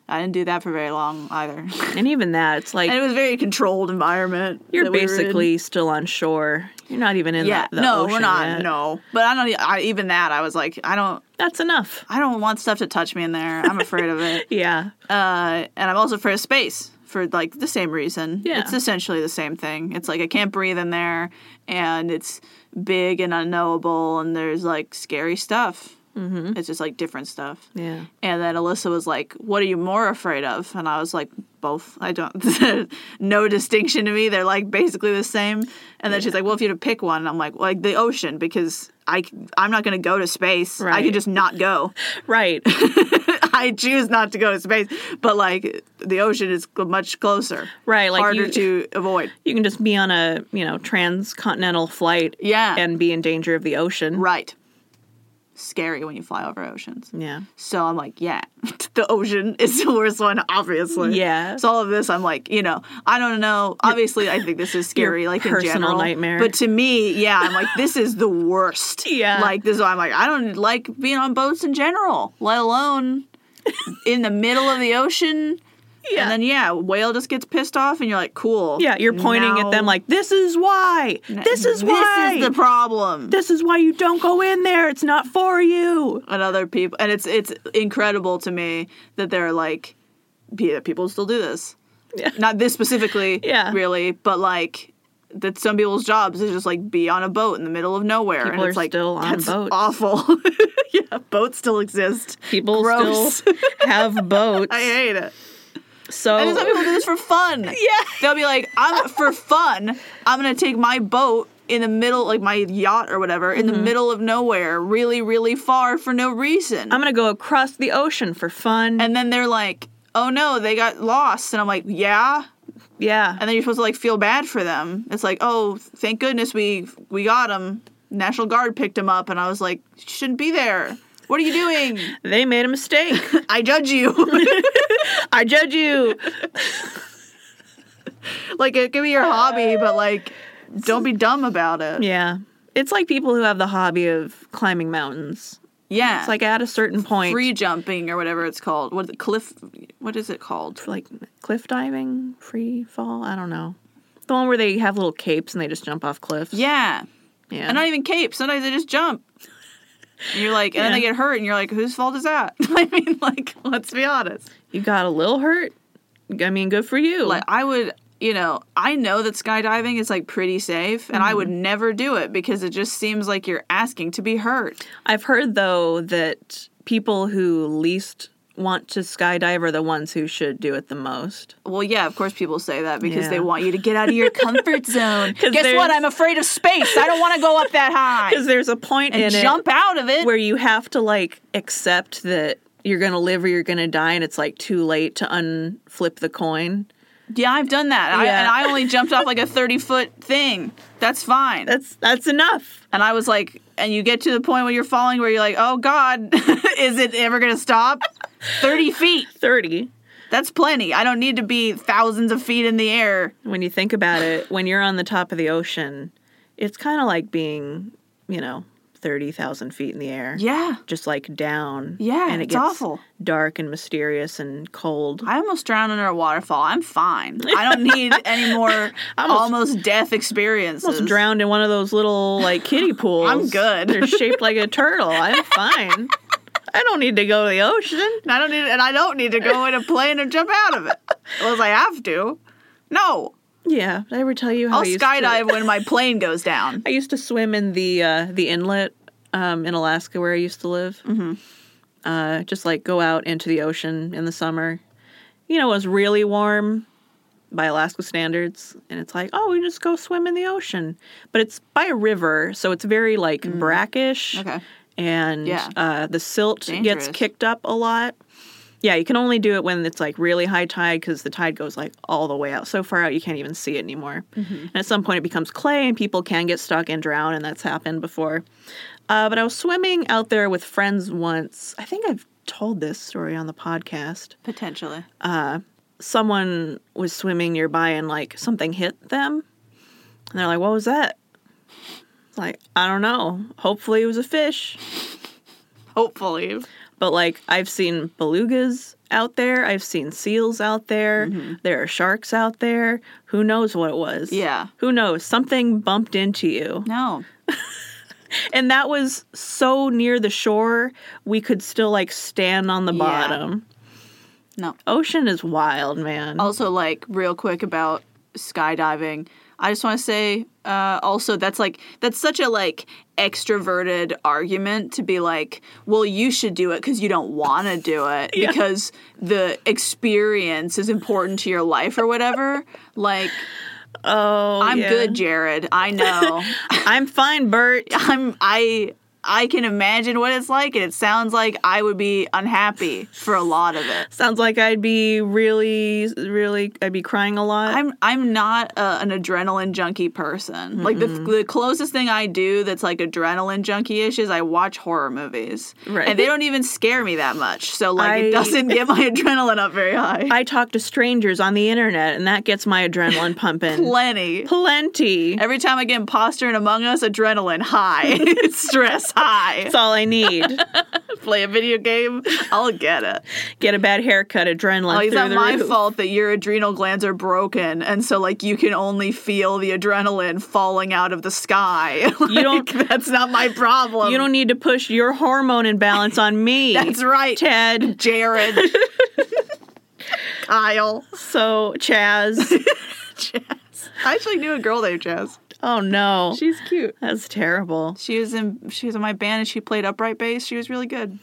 I didn't do that for very long either. *laughs* And even that, it's like and it was a very controlled environment. you're that we were in. basically still on shore. You're not even in yeah. the, the no, ocean we're not. yet. No, but I don't. e, I, even that, I was like, I don't. That's enough. I don't want stuff to touch me in there. I'm afraid of it. Yeah. Uh, and I'm also afraid of space for like the same reason. Yeah. It's essentially the same thing. It's like I can't breathe in there and it's big and unknowable and there's like scary stuff. Mm-hmm. It's just like different stuff. Yeah. And then Alyssa was like, What are you more afraid of? And I was like, Both. I don't, *laughs* no distinction to me. They're like basically the same. And then she's like, Well, if you had to pick one, and I'm like, Like the ocean, because I, c- I'm not going to go to space. I Right. could just not go. *laughs* Right. I choose not to go to space, but like the ocean is cl- much closer, Right, like harder you- to avoid. you can just be on a, you know, transcontinental flight Yeah. and be in danger of the ocean. Right. scary when you fly over oceans. Yeah. So I'm like, yeah, *laughs* the ocean is the worst one, obviously. Yeah. So all of this, I'm like, you know, I don't know. Obviously, I think *laughs* this is scary, like in personal general. nightmare. But to me, yeah, I'm like, this is the worst. *laughs* Yeah. Like this, is why I'm like, I don't like being on boats in general, let alone in the middle of the ocean. Yeah. And then yeah, whale just gets pissed off, and you're like, cool. yeah, you're pointing Now- at them like, this is why. This is why. This is the problem. this is why you don't go in there. It's not for you. and other people and it's it's incredible to me that they're like pe- that people still do this Yeah. not this specifically Yeah. really but like that some people's jobs is just like be on a boat in the middle of nowhere People and it's are like still on that's boats. awful *laughs* yeah boats still exist People Gross. *laughs* still have boats. i hate it so and some people do this for fun Oh. *laughs* yeah. they'll be like i'm for fun i'm gonna take my boat in the middle like my yacht or whatever in the Mm-hmm. middle of nowhere really really far for no reason I'm gonna go across the ocean for fun. And then they're like, oh no, they got lost. And I'm like, yeah. yeah. And then you're supposed to like feel bad for them. It's like, oh, thank goodness we we got them. National Guard picked him up. And I was like, you shouldn't be there. What are you doing? they made a *laughs* mistake. I judge you. I judge you. *laughs* like, it could be your hobby, but like, don't be dumb about it. Yeah. It's like people who have the hobby of climbing mountains. Yeah. It's like at a certain point, free jumping or whatever it's called. What cliff? What is it called? like cliff diving, free fall. I don't know. The one where they have little capes and they just jump off cliffs. Yeah. Yeah. And not even capes. Sometimes they just jump. And you're like, and then Yeah. they get hurt, and you're like, whose fault is that? *laughs* I mean, like, let's be honest. you got a little hurt. I mean, good for you. Like, I would, you know, I know that skydiving is like pretty safe, and I would Mm-hmm. never do it because it just seems like you're asking to be hurt. I've heard though that people who least want to skydive are the ones who should do it the most. Well, yeah, of course people say that because they Yeah. want you to get out of your *laughs* comfort zone. Guess what? there's- I'm afraid of space. I don't want to go up *laughs* that high Because there's a point and in it jump out of it. where you have to like accept that you're gonna live or you're gonna die, and it's like too late to unflip the coin. Yeah, I've done that. I, Yeah. and I only jumped off like *laughs* a 30 foot thing. That's fine. That's that's enough. And I was like, and you get to the point where you're falling where you're like, oh God, *laughs* is it ever going to stop? *laughs* 30 feet. Thirty. That's plenty. I don't need to be thousands of feet in the air. When you think about *sighs* it, when you're on the top of the ocean, it's kind of like being, you know, thirty thousand feet in the air. Yeah. Just like down. Yeah, and it it's gets awful. dark and mysterious and cold. I almost drowned under a waterfall. I'm fine. I don't *laughs* need any more almost, death experiences. almost drowned in one of those little like kiddie *laughs* pools. I'm good. *laughs* *laughs* They're shaped like a turtle. I'm fine. I don't need to go to the ocean. And I don't need, and I don't need to go in a plane and jump out of it unless I have to. No, Yeah, did I ever tell you how I'll I used skydive To, when my plane goes down. I used to swim in the uh, the inlet um, in Alaska where I used to live. Mm-hmm. Uh, just like go out into the ocean in the summer. You know, it was really warm by Alaska standards, and it's like, oh, we just go swim in the ocean, but it's by a river, so it's very like brackish. Okay. and Yeah. uh, the silt Dangerous. gets kicked up a lot. Yeah, you can only do it when it's like really high tide because the tide goes like all the way out, so far out you can't even see it anymore. Mm-hmm. And at some point it becomes clay, and people can get stuck and drown, and that's happened before. Uh, but I was swimming out there with friends once. I think I've told this story on the podcast Potentially. someone was swimming nearby and like something hit them. And they're like, what was that? It's Like, I don't know. Hopefully it was a fish. Hopefully. But like, I've seen belugas out there, I've seen seals out there, Mm-hmm. there are sharks out there. Who knows what it was? Yeah. Who knows? Something bumped into you. No. And that was so near the shore, we could still like stand on the Yeah. bottom. No. Ocean is wild, man. also like real quick about skydiving i just want to say uh, also that's like that's such a like extroverted argument to be like well you should do it because you don't want to do it *laughs* Yeah. because the experience is important to your life or whatever like oh, i'm yeah. *laughs* good jared i know I'm fine, Bert. i'm i I can imagine what it's like, and it sounds like I would be unhappy for a lot of it. Sounds like I'd be really, really, I'd be crying a lot. I'm I'm not a, an adrenaline junkie person. Like the the closest thing I do that's like adrenaline junkie-ish is I watch horror movies, Right. and they don't even scare me that much. So like I- it doesn't get my *laughs* adrenaline up very high. I talk to strangers on the internet, and that gets my *laughs* adrenaline pumping. Plenty. Plenty. Every time I get imposter and Among Us, adrenaline high, *laughs* stress high. *laughs* That's all I need. Play a video game, I'll get it. Get a bad haircut, adrenaline Like, through Oh, it's not the my roof. fault that your adrenal glands are broken, and so like you can only feel the adrenaline falling out of the sky. *laughs* You don't- Like, That's not my problem. You don't need to push your hormone imbalance on me. *laughs* That's right, Ted. *laughs* Jared, Kyle. So *laughs* Chaz. Jazz. I actually knew a girl named Jazz. Oh no. She's cute. That's terrible. She was in she was in my band and she played upright bass. She was really good.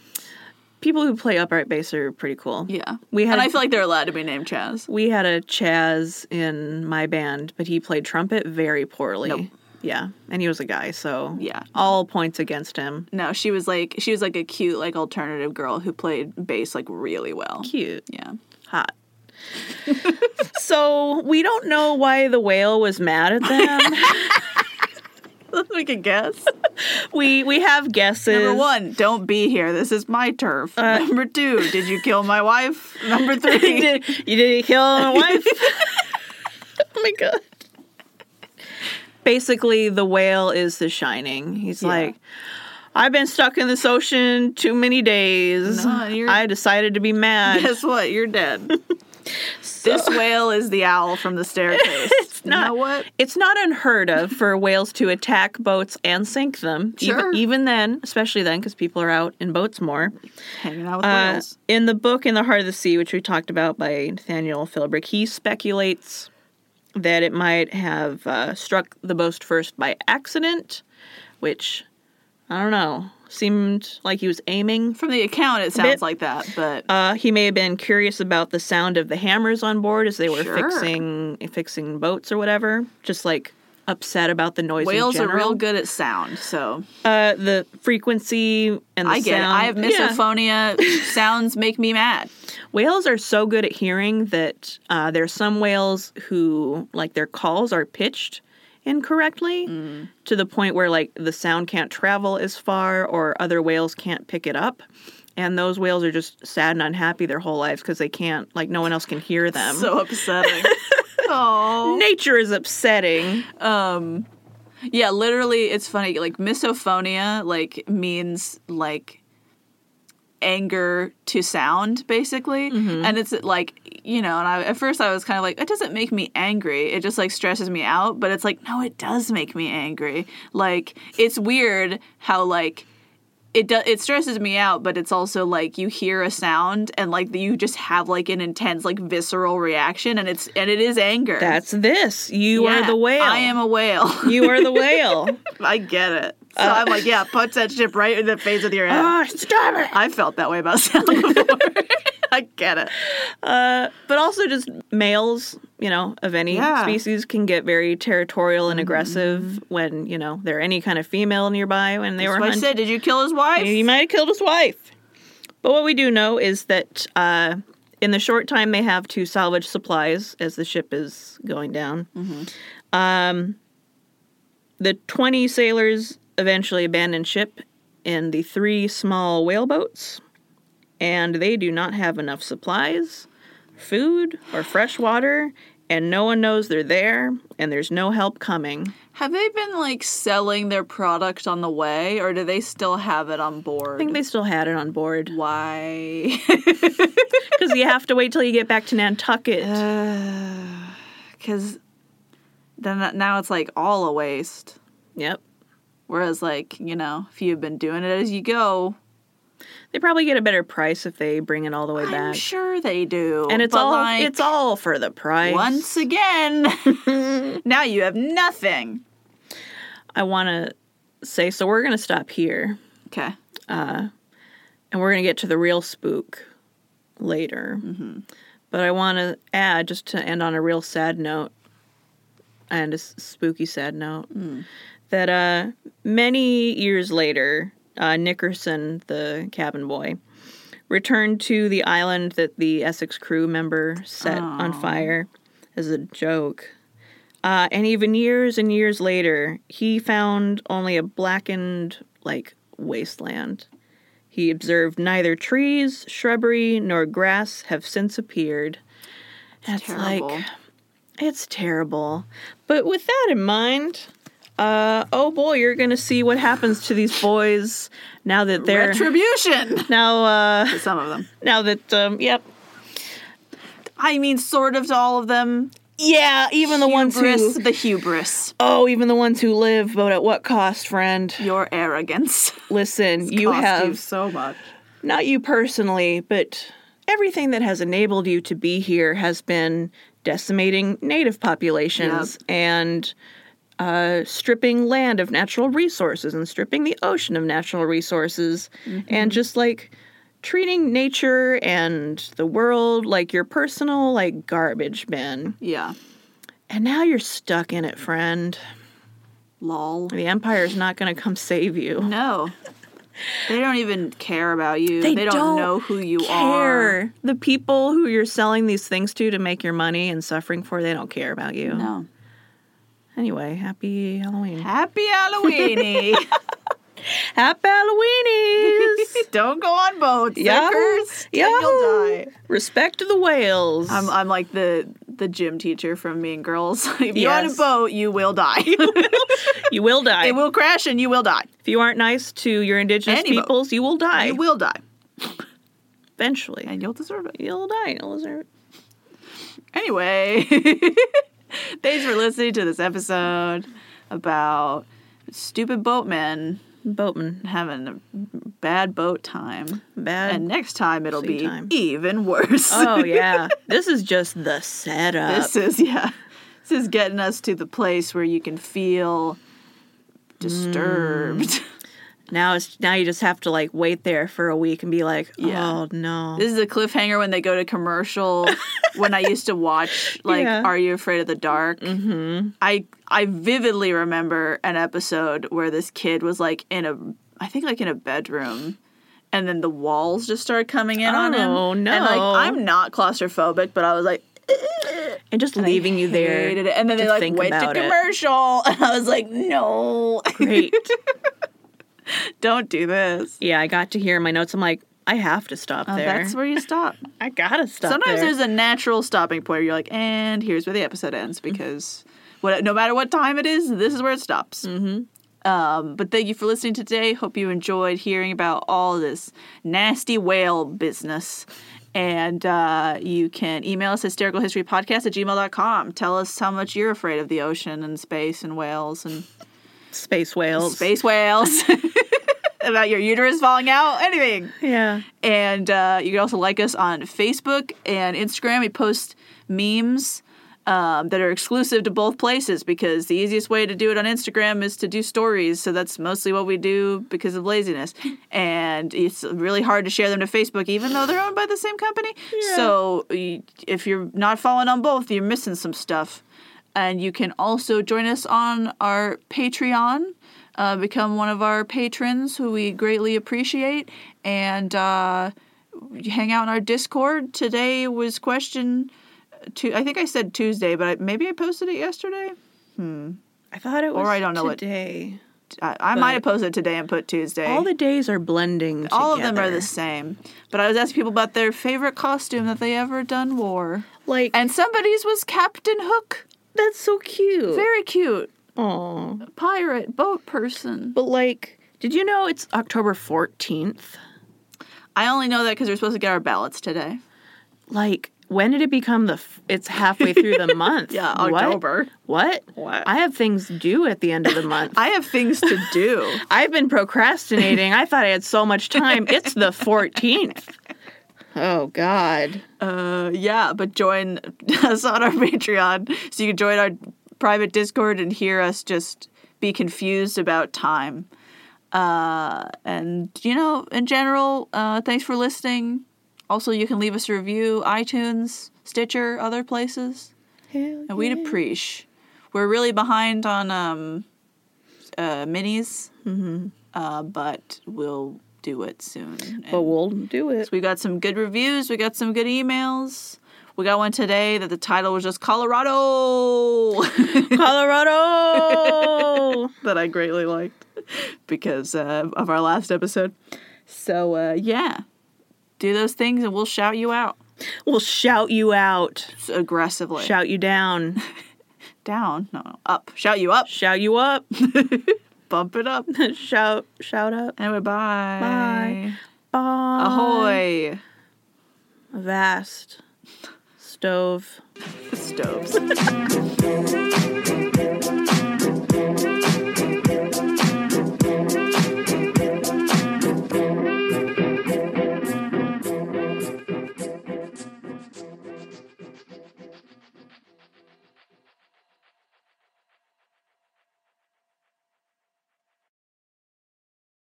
People who play upright bass are pretty cool. Yeah, We had and I feel like they're allowed to be named Chaz. we had a Chaz in my band, but he played trumpet very poorly. Nope. Yeah. And he was a guy, so Yeah. All points against him. No, she was like she was like a cute like alternative girl who played bass like really well. Cute. Yeah. *laughs* Hot. so we don't know why the whale was mad at *laughs* them. we can guess. we we have guesses. Number one, don't be here. This is my turf. Number two, did you kill my wife? *laughs* Number you three, Uh, did you did kill my wife. oh my god. Basically, the whale is the shining. He's Yeah. like, I've been stuck in this ocean too many days. No, you're- I decided to be mad. guess what? You're dead. This whale is the owl from the staircase. it's not- You know what? *laughs* It's not unheard of for whales to attack boats and sink them. Even- Sure. Even, then, especially then, because people are out in boats more. Hanging out with Uh, whales. in the book In the Heart of the Sea, which we talked about by Nathaniel Philbrick, he speculates that it might have uh, struck the boat first by accident, which I don't know, seemed like he was aiming. From the account, it sounds like that, but Uh, he may have been curious about the sound of the hammers on board as they were Sure. fixing fixing boats or whatever, just like upset about the noise. in whales are general. real good at sound. So Uh, the frequency and the I get it. I have sound- Yeah. misophonia. *laughs* Sounds make me mad. Whales are so good at hearing that uh, there are some whales who, like, their calls are pitched incorrectly Mm. to the point where, like, the sound can't travel as far or other whales can't pick it up. And those whales are just sad and unhappy their whole lives because they can't, like, no one else can hear them. So *laughs* upsetting. Oh. Nature is upsetting. um yeah literally it's funny like misophonia like means like anger to sound basically Mm-hmm. and it's like you know and I, at first i was kind of like it doesn't make me angry it just like stresses me out but it's like no it does make me angry like it's weird how like it does it stresses me out but it's also like you hear a sound and like you just have like an intense like visceral reaction and it's and it is anger That's this. You are yeah, the whale. I am a whale. *laughs* You are the whale. I get it. So Uh, I'm like, yeah, punch that ship right in the face with your head. Ah, stop it. I felt that way about *laughs* sound before. I get it. Uh, but also just males, you know, of any Yeah. Mm-hmm. species can get very territorial and aggressive when, you know, there are any kind of female nearby when they That's were what I hunting. said. Did you kill his wife? He might have killed his wife. But what we do know is that uh, in the short time they have to salvage supplies as the ship is going down, um, the 20 sailors eventually abandon ship in the three small whaleboats, and they do not have enough supplies, food, or fresh water, and no one knows they're there, and there's no help coming. Have they been like selling their product on the way, or do they still have it on board? I think they still had it on board *laughs* Why? *laughs* because you have to wait till you get back to Nantucket. Uh, Because then that, now it's like all a waste. Yep. Whereas, like you know, if you've been doing it as you go, They probably get a better price if they bring it all the way I'm back. sure they do. and it's But, all like, it's all for the price. Once again, *laughs* now you have nothing. I want to say so we're going to stop here Okay. and we're going to get to the real spook later. Mm-hmm. But I want to add just to end on a real sad note and a s- spooky sad note that uh many years later uh, Nickerson, the cabin boy, returned to the island that the Essex crew member set on fire as a joke. Uh, and even years and years later, he found only a blackened, like, wasteland. He observed neither trees, shrubbery, nor grass have since appeared. That's terrible. like, it's terrible. But with that in mind, uh, oh boy, you're going to see what happens to these boys now that they're. Retribution. *laughs* now, uh, Some of them. now that, um, yep. I mean, sort of to all of them. Yeah, even the ones Hubris, who. the hubris, Oh, even the ones who live, but at what cost, friend? your *laughs* arrogance. Listen, you cost have. so much. not you personally, but everything that has enabled you to be here has been decimating native populations and uh, stripping land of natural resources and stripping the ocean of natural resources and just like treating nature and the world like your personal like garbage bin Yeah. and now you're stuck in it friend Lol. the empire's not going to come save you No. They don't even care about you. They They, don't, don't know who you are. care. The people who you're selling these things to to make your money and suffering for, they don't care about you. No. Anyway, happy Halloween. Happy *laughs* Halloweeny. Happy Halloweenies! don't go on boats. Yahoo. They're cursed. and Yahoo. You'll die. *laughs* Respect to the whales. I'm, I'm like the the gym teacher from Mean Girls. *laughs* if you're on a Yes. boat, you will die. *laughs* you will die. it will crash and you will die. if you aren't nice to your indigenous Any boat. peoples, you will die. You will die. Eventually. And you'll deserve it. You'll die. You'll deserve it. Anyway, *laughs* thanks for listening to this episode about stupid boatmen Boatman. having a bad boat time. Bad. *laughs* And next time it'll sea be time. even worse. *laughs* oh, yeah. this is just the setup. this is yeah. This is getting us to the place where you can feel disturbed. Mm. now it's now you just have to like wait there for a week and be like, oh Yeah. no. This is a cliffhanger when they go to commercial. when I used to *laughs* watch, like, Yeah. Are You Afraid of the Dark? Mm-hmm. I I vividly remember an episode where this kid was like in a, I think like in a bedroom, and then the walls just started coming in on him. Oh, And like no. I'm not claustrophobic, but I was like *laughs* and just I leaving you there. hated it. and then to they like think went to about it. commercial, *laughs* and I was like, *laughs* no, Great. don't do this. Yeah, I got to hear my notes. I'm like, I have to stop Uh, there. that's where you stop. I gotta stop. Sometimes there. there's a natural stopping point where you're like, and here's where the episode ends Mm-hmm. because what, no matter what time it is, this is where it stops. Mm-hmm. Um, but thank you for listening today. Hope you enjoyed hearing about all this nasty whale business. And uh, you can email us hystericalhistorypodcast at gmail.com. Tell us how much you're afraid of the ocean and space and whales and space whales. space whales, *laughs* about your uterus falling out, anything. Yeah. And uh, you can also like us on Facebook and Instagram. We post memes um, that are exclusive to both places because the easiest way to do it on Instagram is to do stories. So that's mostly what we do because of laziness. And it's really hard to share them to Facebook, even though they're owned by the same company. So y- if you're not following on both, you're missing some stuff. And you can also join us on our Patreon. Uh, become one of our patrons who we greatly appreciate. And uh, hang out in our Discord. Today was question two. I think I said Tuesday, but I, maybe I posted it yesterday. I thought it was. I don't know what- today. I, I might have posted it today and put Tuesday. All the days are blending. All of them are the together. same. But I was asking people about their favorite costume that they ever done wore. Like And somebody's was Captain Hook. that's so cute. Very cute. Aw. Pirate, boat person. But like, did you know it's October 14th? I only know that because we're supposed to get our ballots today. Like, when did it become the? F- it's halfway *laughs* through the month. Yeah, What? October. What? What? I have things due at the end *laughs* of the month. I have things to do. I've been procrastinating. I thought I had so much time. *laughs* It's the 14th. Oh, God. *laughs* Uh, yeah, but join us on our Patreon so you can join our private Discord and hear us just be confused about time. Uh, and you know, in general, uh, thanks for listening. Also, you can leave us a review, iTunes, Stitcher, other places, and we'd appreciate. We're really behind on um, uh, minis. Mm-hmm. uh, but we'll do it soon. And But we'll do *laughs* it. we got some good reviews. We got some good emails. We got one today that the title was just Colorado, Colorado. *laughs* that I greatly liked *laughs* because uh, of our last episode. So uh, yeah, do those things and we'll shout you out we'll shout you out. aggressively. Shout you down. down, no, no, up. Shout you up. Shout you up. *laughs* Bump it *laughs* up. shout shout up. Anyway, bye. Bye. Bye. Ahoy. Vast stove. Stoves.